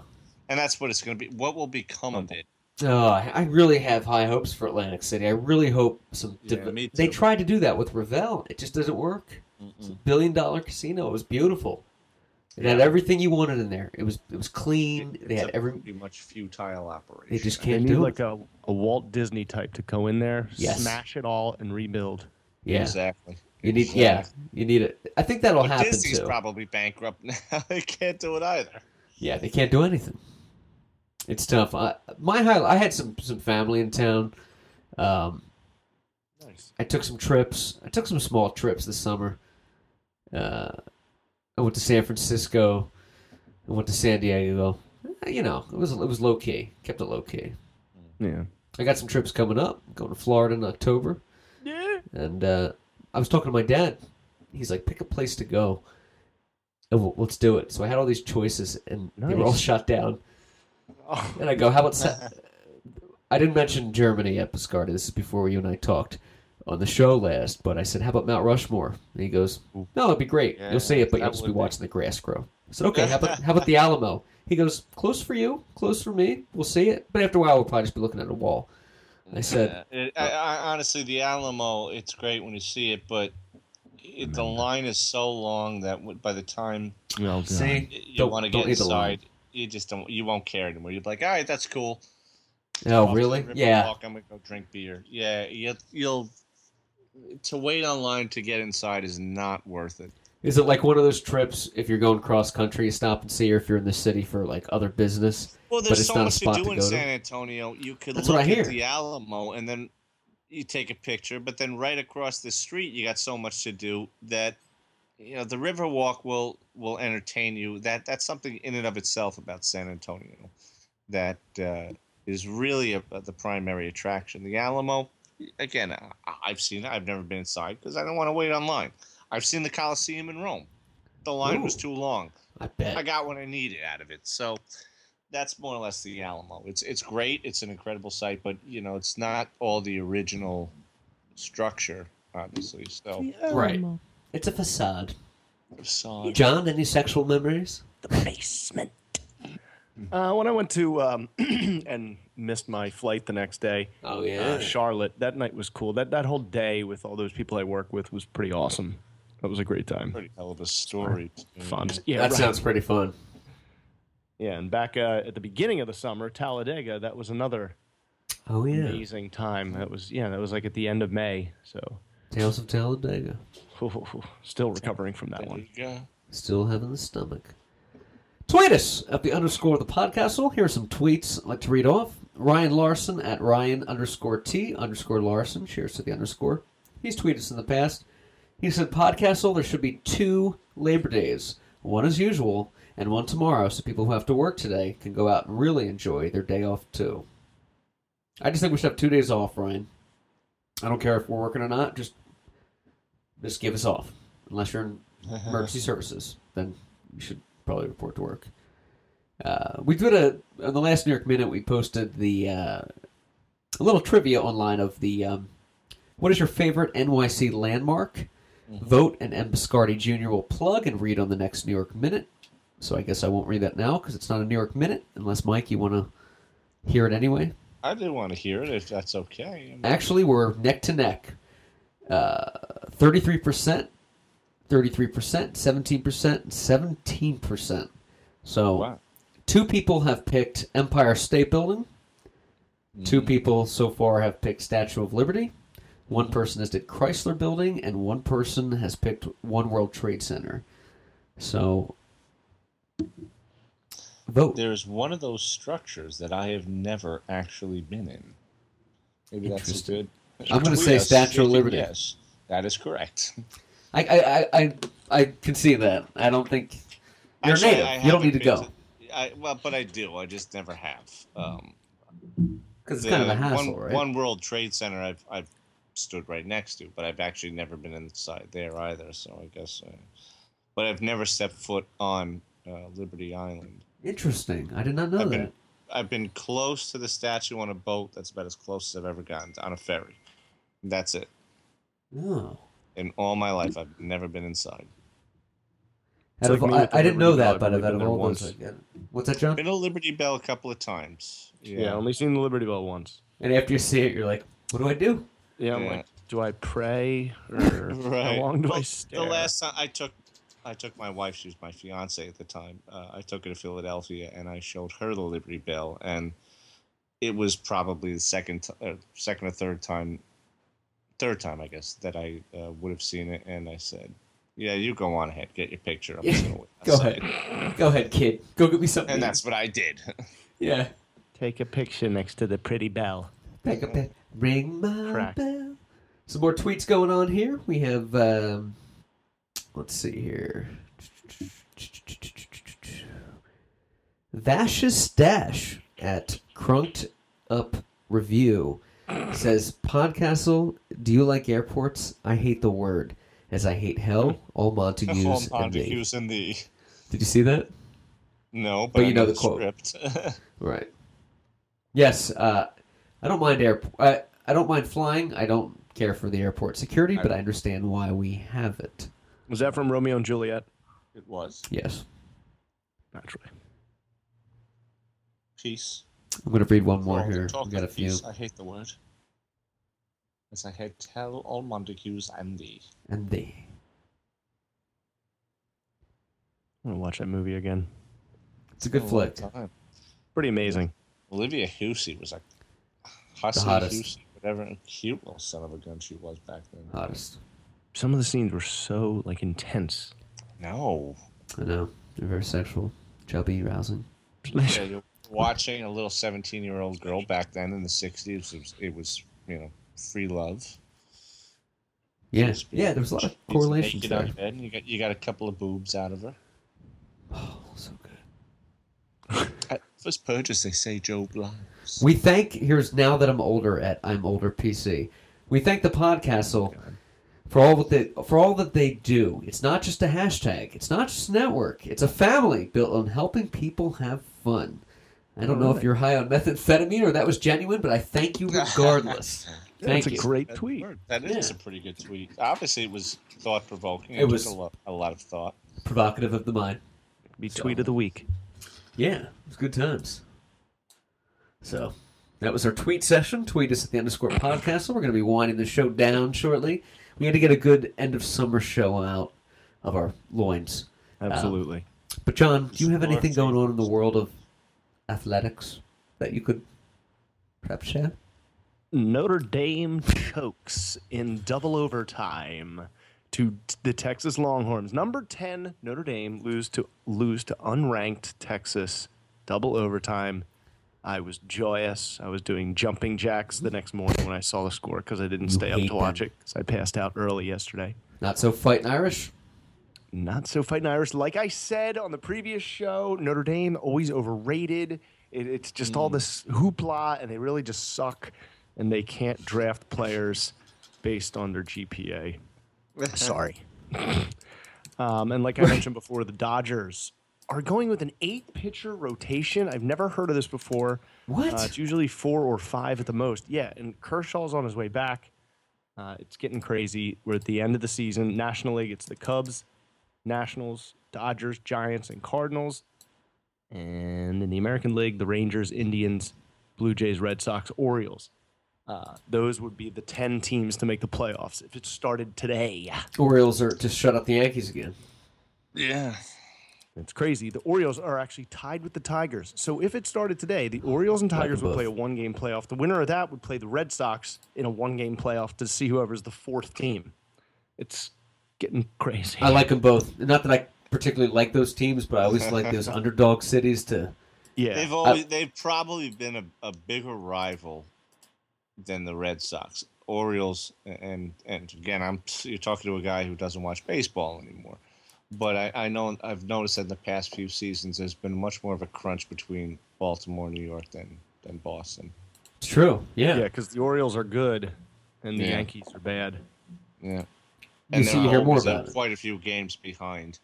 D: And that's what it's going to be. What will become of it?
B: Oh, I I really have high hopes for Atlantic City. I really hope some.
D: Yeah,
B: dev-
D: me too.
B: They tried to do that with Ravel. It just doesn't work. It's a billion dollar casino. It was beautiful. It had everything you wanted in there. It was it was clean. They
D: It's
B: had
D: a
B: every.
D: pretty much futile operation.
B: They just
C: They
B: can't
C: need
B: do
C: like
B: it.
C: a, a Walt Disney type to go in there,
B: Yes.
C: smash it all, and rebuild.
B: Yeah,
D: Exactly.
B: you need. Yeah, you need it. I think that'll
D: But
B: happen
D: Disney's
B: too.
D: probably bankrupt *laughs* now. they can't do it either.
B: Yeah, they can't do anything. It's tough. I, my highlight. I had some some family in town. Um,
D: Nice.
B: I took some trips. I took some small trips this summer. Uh, I went to San Francisco. I went to San Diego. Uh, You know, it was it was low key. Kept it low key.
C: Yeah.
B: I got some trips coming up. Going to Florida in October. Yeah. And uh, I was talking to my dad. He's like, pick a place to go. And we'll, let's do it. So I had all these choices, and they were all
C: Nice.
B: shot down. And I go, how about? Sa- I didn't mention Germany yet, Piscardi. This is before you and I talked on the show last. But I said, how about Mount Rushmore? And he goes, no, it'd be great.
D: Yeah,
B: you'll see it, but
D: that
B: you'll just be
D: would be-
B: watching the grass grow. I said, okay, how about how about the Alamo? He goes, close for you, close for me. We'll see it, but after a while, we'll probably just be looking at a wall. I said,
D: Yeah. It, I, I, honestly, the Alamo, it's great when you see it, but it, the line is so long that w- by the time
G: Well done.
B: see,
D: you
B: Don't-
D: want to
B: don't
D: get
B: need the line.
D: inside, you just don't. You won't care anymore. You're like, all right, that's cool. Off
B: oh
D: to the
B: really?
D: river
B: Yeah,
D: walk, I'm gonna go drink beer. Yeah, you, you'll. To wait online to get inside is not worth it.
B: Is it like one of those trips if you're going cross country, you stop and see her if you're in the city for like other business?
D: Well,
B: But
D: there's
B: it's
D: so
B: not a
D: much to
B: spot
D: do
B: to
D: in
B: go to.
D: San Antonio. You could
B: That's what
D: look
B: I hear.
D: at the Alamo and then you take a picture, but then right across the street, you got so much to do that you know the Riverwalk will will entertain you. That that's something in and of itself about San Antonio that uh, is really a, the primary attraction. The Alamo, again, I, I've seen. it. I've never been inside because I don't want to wait online. I've seen the Colosseum in Rome. The line was
B: Ooh.
D: too long.
B: I bet.
D: I got what I needed out of it. So that's more or less the Alamo. It's it's great. It's an incredible site, but you know, it's not all the original structure, obviously. So
B: right. It's a facade.
D: so-
B: John, any sexual memories?
G: The basement.
C: Uh, when I went to um, *clears throat* and missed my flight the next day,
B: Oh
C: uh, Charlotte, that night was cool. That that whole day with all those people I work with was pretty awesome. That was a great time.
D: pretty hell of a story.
C: Fun. Yeah,
B: that
C: right.
B: sounds pretty fun.
C: yeah. And back uh, at the beginning of the summer, Talladega, that was another
B: Oh yeah,
C: amazing time. That was yeah, that was like at the end of May. So
B: Tales of Talladega.
C: still recovering from that
D: There you
C: one.
D: go.
B: Still having the stomach. Tweet us at the underscore of the podcastle. Here are some tweets I'd like to read off. Ryan Larson at Ryan underscore T underscore Larson. Cheers to the underscore. He's tweeted us in the past. He said, Podcastle, there should be two Labor Days. One as usual and one tomorrow, so people who have to work today can go out and really enjoy their day off too. I just think we should have two days off, Ryan. I don't care if we're working or not, just just give us off. Unless you're in emergency services, then you should probably report to work. Uh, we did a on the last New York Minute. We posted the uh, a little trivia online of the um, what is your favorite NYC landmark? Vote and M. Biscardi Jr. will plug and read on the next New York Minute. So I guess I won't read that now because it's not a New York Minute, unless Mike you want to hear it anyway.
D: I did want to hear it if that's okay.
B: Actually, we're neck to neck. Uh, Thirty-three percent, thirty-three percent, seventeen percent, seventeen percent. So,
D: Wow.
B: two people have picked Empire State Building. Two people so far have picked Statue of Liberty. One person has did Chrysler Building, and one person has picked One World Trade Center. So, vote.
D: There is one of those structures that I have never actually been in. Maybe that's a
B: Interesting.
D: good.
B: I'm gonna
D: Tweet
B: say
D: us
B: Statue of
D: if you-
B: Liberty.
D: Yes, that is correct.
B: I, I, I, I, I can see that. I don't think you're
D: Actually, I
B: native. You don't
D: haven't
B: need to
D: been
B: go
D: I, well, but I do. I just never have. Um,
B: because
D: the
B: it's kind of a hassle,
D: one,
B: right?
D: one World Trade Center I've I've stood right next to, but I've actually never been inside there either. So I guess, uh, but I've never stepped foot on uh, Liberty Island.
B: Interesting. I did not know
D: I've
B: that.
D: been I've been close to the statue on a boat. That's about as close as I've ever gotten on a ferry. That's it.
B: Oh.
D: In all my life, I've never been inside.
C: It's
B: Out of-
C: like me
B: I,
C: with
B: I
C: the
B: didn't know
C: Liberty Bell.
B: that, but
C: I've
B: out
C: only been
B: of
C: there
B: all those, I
C: once.
B: get it. What's that, John?
D: Been to Liberty Bell a couple of times.
C: Yeah. only seen the Liberty Bell once.
B: And after you see it, you're like, what do I do?
C: Yeah, I'm
D: Yeah.
C: like, do I pray or
D: *laughs* Right.
C: how long do I
D: Well,
C: stare?
D: The last time I took, I took my wife. She was my fiance at the time. Uh, I took her to Philadelphia, and I showed her the Liberty Bell, and it was probably the second, t- uh, second or third time, third time I guess that I uh, would have seen it. And I said, "Yeah, you go on ahead, get your picture. I'm just gonna wait."
B: Go
D: outside."
B: ahead. Go ahead, kid. Go get me something.
D: And that's what I did. *laughs*
B: yeah.
G: Take a picture next to the pretty bell.
B: Pick up that- Ring my
G: Crack.
B: bell. Some more tweets going on here. We have, um, let's see here. Vash's Stash at Crunked Up Review says, Podcastle, do you like airports? I hate the word, as I hate hell, all Montagues,
D: Home
B: and me.
D: Hughes and the
B: Did you see that?
D: no, but,
B: But
D: I
B: you know the quote.
D: script. *laughs*
B: Right. Yes, uh, I don't mind air. I, I don't mind flying. I don't care for the airport security, but I understand why we have it.
C: was that from Romeo and Juliet?
D: it was
B: Yes,
C: Naturally.
D: peace.
B: I'm going to read one more
D: Oh,
B: here.
D: talk
B: I've got a
D: of
B: few.
D: peace. I hate the word. As I had tell all Montagues and thee.
B: and thee.
C: I'm gonna watch that movie again.
B: It's a
D: Oh,
B: good flick.
D: Time.
C: Pretty amazing.
D: Olivia Hussey was like Hussey,
B: hottest.
D: Hussey, whatever a cute little son of a gun she was back then.
B: Hottest.
C: Some of the scenes were so like intense.
D: No.
B: I know. They're very sexual, chubby, rousing.
D: Yeah, you're watching a little 17 year old girl back then in the 60s, it was, it was you know, free love.
B: Yeah. Yeah, there was a lot of
D: She's
B: correlations
D: naked on
B: there.
D: your bed, and You got, you got a couple of boobs out of her.
B: Oh, so good.
D: At first purchase, they say Joe Blives.
B: We thank here's now that I'm older at I'm older PC. We thank the
C: Oh,
B: Podcastle for all what they for all that they do. It's not just a hashtag. It's not just a network. It's a family built on helping people have fun. I don't know if you're high on methamphetamine or that was genuine, but I thank
C: *laughs*
B: you regardless. thank
C: That's
B: you.
C: a great tweet.
D: That is
B: Yeah.
D: a pretty good tweet. Obviously, it was thought provoking.
B: It
D: It,
B: was-
D: was a lot, a lot of thought.
B: Provocative of the mind.
C: Be tweet of the week.
B: Yeah, it's good times. So that was our tweet session. Tweet us at the underscore podcast. We're going to be winding the show down shortly. We had to get a good end of summer show out of our loins.
C: Um, Absolutely.
B: But John, do you have anything going on in the world of athletics that you could perhaps share?
C: Notre Dame chokes in double overtime to t- the Texas Longhorns. Number 10 Notre Dame lose to lose to unranked Texas double overtime. I was joyous. I was doing jumping jacks the next morning when I saw the score because I didn't stay up
B: hate
C: to watch
B: them.
C: it because I passed out early yesterday.
B: Not so fighting Irish.
C: Not so fighting Irish. Like I said on the previous show, Notre Dame always overrated. It, it's just all this hoopla, and they really just suck, and they can't draft players based on their GPA. Sorry. um, and like I mentioned before, the Dodgers are going with an eight pitcher rotation. I've never heard of this before.
B: What?
C: Uh, it's usually four or five at the most. Yeah, and Kershaw's on his way back. Uh, it's getting crazy. We're at the end of the season. National League, it's the Cubs, Nationals, Dodgers, Giants, and Cardinals. And in the American League, the Rangers, Indians, Blue Jays, Red Sox, Orioles. Uh, those would be the 10 teams to make the playoffs if it started today.
B: Orioles are just shut up the Yankees again.
D: Yeah.
C: It's crazy. The Orioles are actually tied with the Tigers. So if it started today, the Orioles and Tigers
B: them
C: would play a
B: both.
C: one game playoff. The winner of that would play the Red Sox in a one game playoff to see whoever's the fourth team. It's getting crazy.
D: Uh,
B: I like them both. Not that I particularly like those teams, but I always like those underdog cities to.
C: yeah.
D: They've always they've probably been a, a bigger rival than the Red Sox, Orioles, and and again, I'm you're talking to a guy who doesn't watch baseball anymore. But I, I know I've noticed that in the past few seasons, there's been much more of a crunch between Baltimore, and New York, than than Boston.
B: It's true.
C: Yeah, because the Orioles are good and the
D: Yeah.
C: Yankees are bad.
D: Yeah,
B: You see, you hear more
D: always, uh,
B: about it.
D: Quite a few games behind.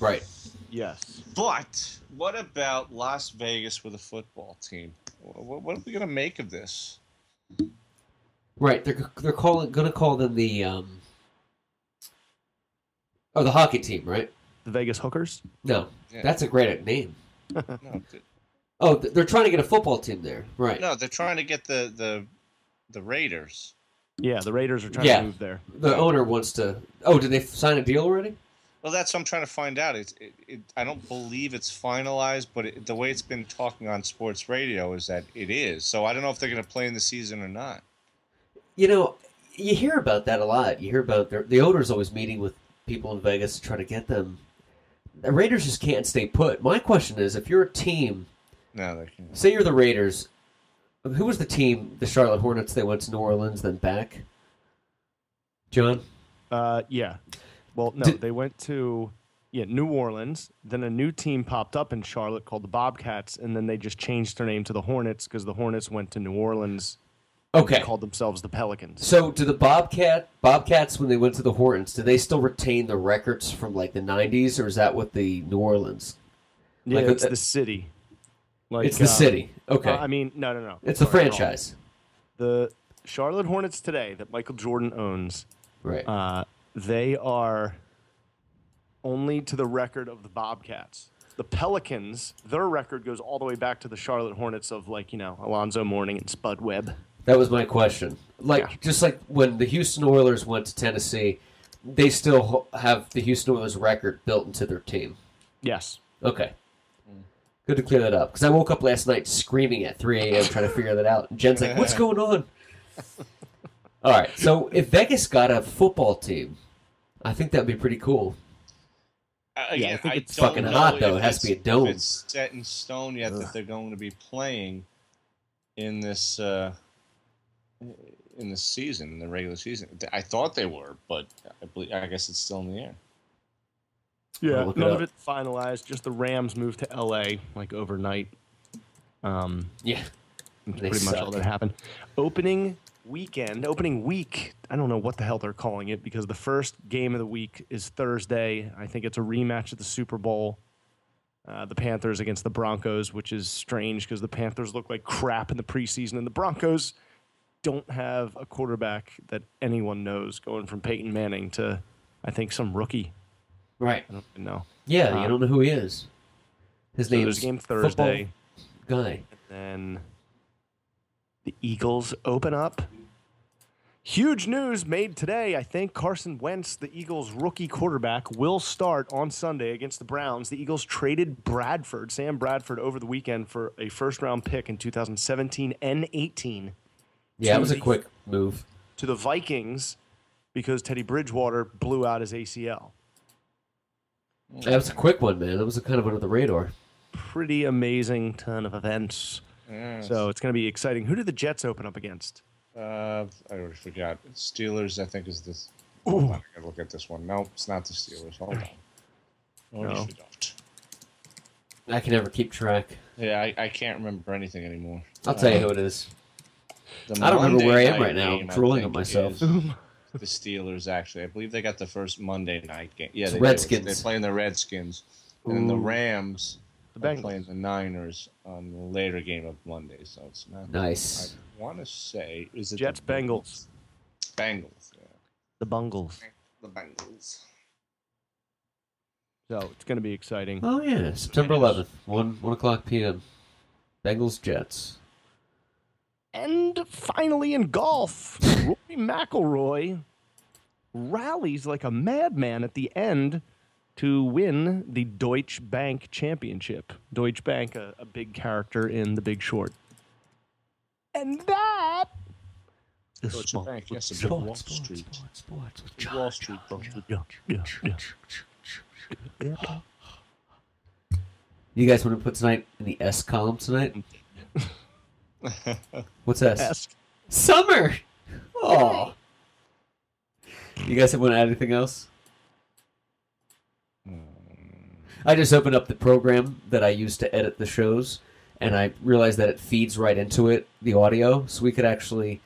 B: Right.
C: Yes.
D: But what about Las Vegas with a football team? What, what are we gonna make of this?
B: Right, they're they're calling going to call them the um oh the hockey team, right?
C: The Vegas Hookers?
B: No,
D: Yeah.
B: that's a great name.
D: No, th-
B: Oh, th- they're trying to get a football team there, right?
D: no, they're trying to get the the the Raiders.
C: Yeah, the Raiders are trying
B: Yeah.
C: to move there.
B: The owner wants to. Oh, did they f- sign a deal already?
D: Well, that's what I'm trying to find out. It's it, it, I don't believe it's finalized, but it, the way it's been talking on sports radio is that it is. So I don't know if they're going to play in the season or not.
B: You know, you hear about that a lot. You hear about their, the owners always meeting with people in Vegas to try to get them. The Raiders just can't stay put. My question is, if you're a team,
D: No, they can't.
B: say you're the Raiders, who was the team, the Charlotte Hornets? They went to New Orleans, then back. John.
C: Uh, yeah. Well, no,
B: Did-
C: they went to yeah New Orleans. Then a new team popped up in Charlotte called the Bobcats, and then they just changed their name to the Hornets because the Hornets went to New Orleans.
B: Okay.
C: They called themselves the Pelicans.
B: So, do the Bobcat Bobcats when they went to the Hortons, do they still retain the records from like the '90s, or is that with the New Orleans?
C: Yeah,
B: Like,
C: it's
B: uh,
C: the city. Like,
B: it's the
C: uh,
B: city.
C: uh,
B: Okay,
C: I mean, no, no, no.
B: it's the
C: Sorry, wrong.
B: franchise,
C: The Charlotte Hornets today that Michael Jordan owns.
B: right?
C: Uh, they are only to the record of the Bobcats. The Pelicans, their record goes all the way back to the Charlotte Hornets of like you know Alonzo Mourning and Spud Webb.
B: That was my question. Like just like when the Houston Oilers went to Tennessee, they still ho- have the Houston Oilers record built into their team.
C: Yes.
B: Okay. Good to clear that up because I woke up last night screaming at 3 a.m. trying to figure that out. And Jen's like, "What's going on?" All right. So if Vegas got a football team, I think that'd be pretty cool.
D: Uh, Again,
C: I think
B: it's
D: don't
B: fucking
D: know
B: hot, though.
D: if
B: It has to
D: it's-
B: be a dome.
D: If it's set in stone yet that they're going to be playing in this uh, in this season, in the regular season. I thought they were, but I, believe, I guess it's still in the air.
B: I'll
C: Yeah,
B: look it
C: none
B: up.
C: of it finalized. Just the Rams moved to L.A. like overnight. Um,
B: Yeah.
C: that's
B: They
C: pretty much all
B: suck.
C: that happened. Opening weekend, opening week. I don't know what the hell they're calling it because the first game of the week is Thursday. I think it's a rematch of the Super Bowl. Uh, the Panthers against the Broncos, which is strange because the Panthers look like crap in the preseason, and the Broncos don't have a quarterback that anyone knows. Going from Peyton Manning to, I think, some rookie.
B: Right.
C: I don't even know.
B: Yeah. you don't know who he is. His
C: Uh-huh. So
B: name's
C: there's game
B: football
C: Thursday.
B: guy.
C: Then the Eagles open up. Huge news made today. I think Carson Wentz, the Eagles rookie quarterback, will start on Sunday against the Browns. The Eagles traded Bradford, Sam Bradford, over the weekend for a first round pick in 2017 and 18
B: Yeah, it was a
C: Tuesday.
B: quick move.
C: to the Vikings because Teddy Bridgewater blew out his ACL.
B: That was a quick one, man. That was kind of under the radar.
C: Pretty amazing turn of events. So it's going to be exciting. Who did the Jets open up against?
D: Uh, I already forgot. Steelers, I think, is this. I gotta look at this one. No, it's not the Steelers. Hold on. Oh,
C: No.
D: yes, we don't.
B: I can never keep track.
D: Yeah, I, I can't remember anything anymore.
B: I'll tell you who it is.
D: The
B: I don't remember
D: Monday
B: where I am
D: night
B: right now.
D: game,
B: I'm drooling
D: I
B: at
D: think,
B: myself.
D: is *laughs* The Steelers, actually, I believe they got the first Monday night game. Yeah,
B: It's
D: they
B: Redskins.
D: They're playing the Redskins, and then the Rams
C: The
D: are
C: Bengals.
D: playing the Niners on the later game of Monday. So it's not.
B: Nice.
D: I want to say is it
C: Jets,
D: the
C: Bengals.
D: Bengals. Yeah.
G: The Bungles.
D: The Bengals.
C: So it's going to be exciting.
B: Oh yeah, September 11th, one one o'clock p.m. Bengals Jets.
C: And finally, in golf, Rory McIlroy rallies like a madman at the end to win the Deutsche Bank Championship. Deutsche Bank, a, a big character in The Big Short. And that
G: This
D: Deutsche
G: small-
D: Bank. Yes, a big Wall
B: Sports, sports,
D: Street.
B: sports, sports.
D: Wall Street. bro.
B: You guys want to put tonight in the S column tonight? What's S?
C: S.
B: Summer. Oh. You guys want to add anything else? I just opened up the program that I use to edit the shows, and I realized that it feeds right into it the audio, so we could actually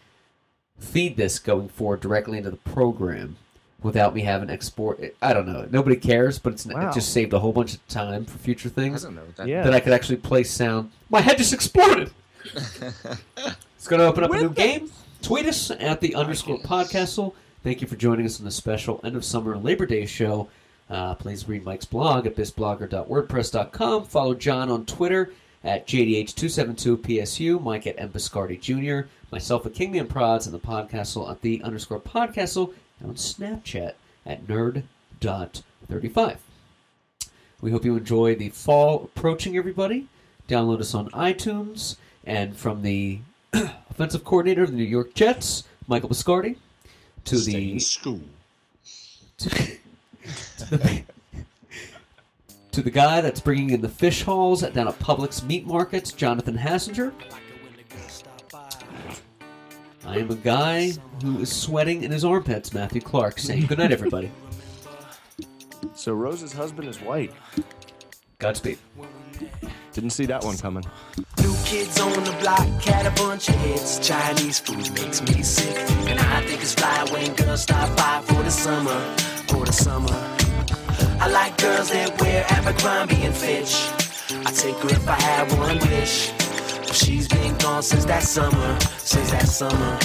B: feed this going forward directly into the program without me having to export. I don't know. Nobody cares, but it's
C: Wow.
B: it just saved a whole bunch of time for future
D: I
B: things
D: don't know. That,
C: Yeah.
B: that I could actually play sound. My head just exploded. it's going to open up a new game. Tweet us at the underscore podcastle. Thank you for joining us on the special end of summer Labor Day show. Uh, please read Mike's blog at bisblogger.wordpress.com. Follow John on Twitter at JDH272PSU, Mike at Embiscardi Jr., myself at Kingman Prods, and the podcastle at the underscore podcastle, and on Snapchat at nerd.35. We hope you enjoy the fall approaching, everybody. Download us on iTunes. And from the offensive coordinator of the New York Jets, Michael Biscardi, to
D: Stay in
B: the
D: school.
B: to the guy that's bringing in the fish hauls at down at Publix meat markets, Jonathan Hassinger. I am a guy who is sweating in his armpits, Matthew Clark, saying good night, everybody.
C: So Rose's husband is white.
B: Godspeed.
C: Didn't see that one coming.
F: New kids on the block, had a bunch of hits. Chinese food makes me sick. And I think it's fly when girls stop by for the summer, for the summer. I like girls that wear Abercrombie and Fitch. I'd take her if I had one wish. But she's been gone since that summer, since that summer.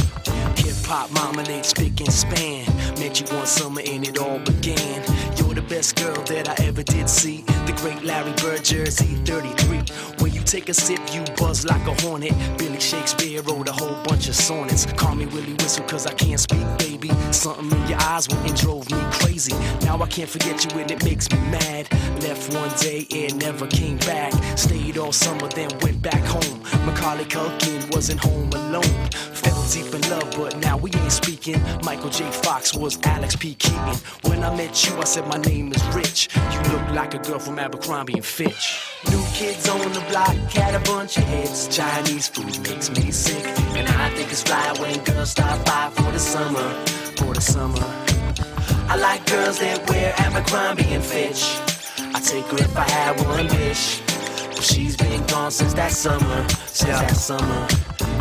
F: Hip hop dominates spick and span. Met you one summer and it all began. You're the best girl that I ever did see. The greatest. weight Larry Bird jersey 33. When you take a sip, you buzz like a hornet. Billy Shakespeare wrote a whole bunch of sonnets. Call me Willie Whistle, cause I can't speak, baby. Something in your eyes went and drove me crazy. Now I can't forget you, and it makes me mad. Left one day and never came back. Stayed all summer, then went back home. Macaulay Culkin wasn't home alone. Fell deep in love, but now we ain't speaking. Michael J. Fox was Alex P. Keaton. When I met you, I said my name is Rich. You look like a girl from Abercrombie and Fitch. New kids on the block, had a bunch of hits. Chinese food makes me sick, and I think it's fly when girls stop by for the summer, for the summer. I like girls that wear Abercrombie and Fitch. I take her if I had one wish. But she's been gone since that summer, since that summer.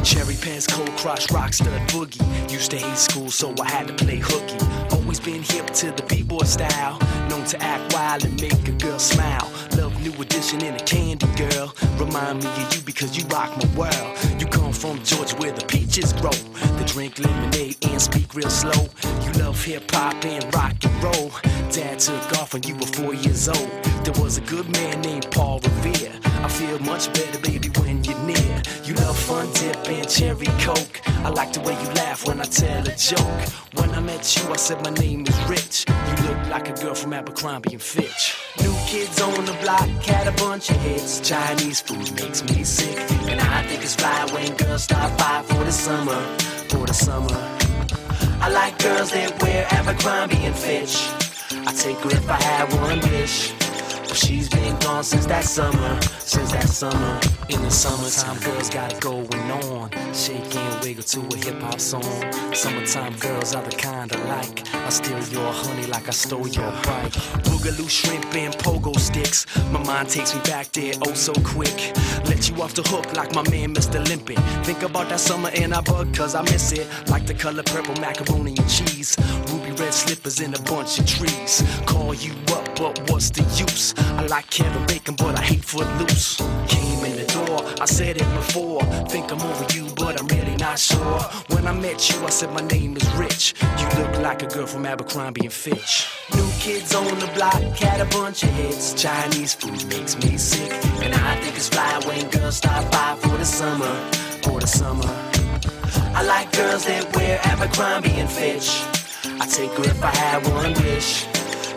F: Cherry pants, cold crotch, rock stud boogie. Used to hate school, so I had to play hooky. Always been hip to the b-boy style. Known to act wild and make a girl smile. Love new edition in a candy girl. Remind me of you because you rock my world. You come from Georgia where the peaches grow. They drink lemonade and speak real slow. You love hip hop and rock and roll. Dad took off when you were four years old. There was a good man named Paul Revere. I feel much better, baby, when you're near. You love fun dip and cherry coke. I like the way you laugh when I tell a joke. When I met you, I said my name is Rich. You look like a girl from Abercrombie and Fitch. New kids on the block had a bunch of hits. Chinese food makes me sick, and I think it's fly when girls stop by for the summer, for the summer. I like girls that wear Abercrombie and Fitch. I take her if I had one wish. But she's been gone since that summer, since that summer. In the summertime, girls got it going on. Shake and wiggle to a hip hop song. Summertime girls are the kind I like. I steal your honey like I stole your bike. Boogaloo shrimp and pogo sticks. My mind takes me back there oh so quick. Let you off the hook like my man Mr. Limpin. Think about that summer and I bug cause I miss it. Like the color purple macaroni and cheese. Ruby red slippers in a bunch of trees. Call you up, but what's the use? I like Kevin Bacon, but I hate footloose. Came in the door, I said it before. Think I'm over you, but I'm really not sure. When I met you, I said my name is Rich. You look like a girl from Abercrombie and Fitch. New kids on the block had a bunch of hits. Chinese food makes me sick, and I think it's fly when girls stop by for the summer, for the summer. I like girls that wear Abercrombie and Fitch. I take her if I had one wish.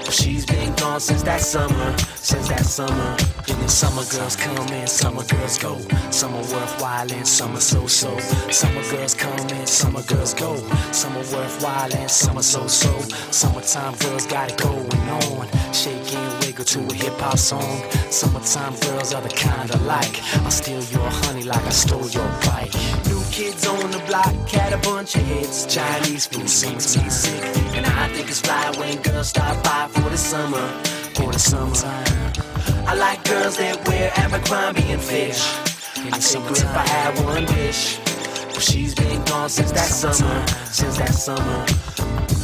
F: But she's been gone since that summer, since that summer. And then summer girls come and summer girls go. Summer worthwhile and summer so so. Summer girls come and summer girls go. Summer worthwhile and summer so so. Summertime girls got it going on. Shake and wiggle to a hip hop song. Summertime girls are the kind I like. I steal your honey like I stole your bike. New kids on the block had a bunch of hits. Chinese food seems me sick. And I think it's fly when girls stop by for the summer. For the summertime. I like girls that wear Abercrombie and Fitch. I think if I had one wish. But she's been gone since that summer. Since that summer.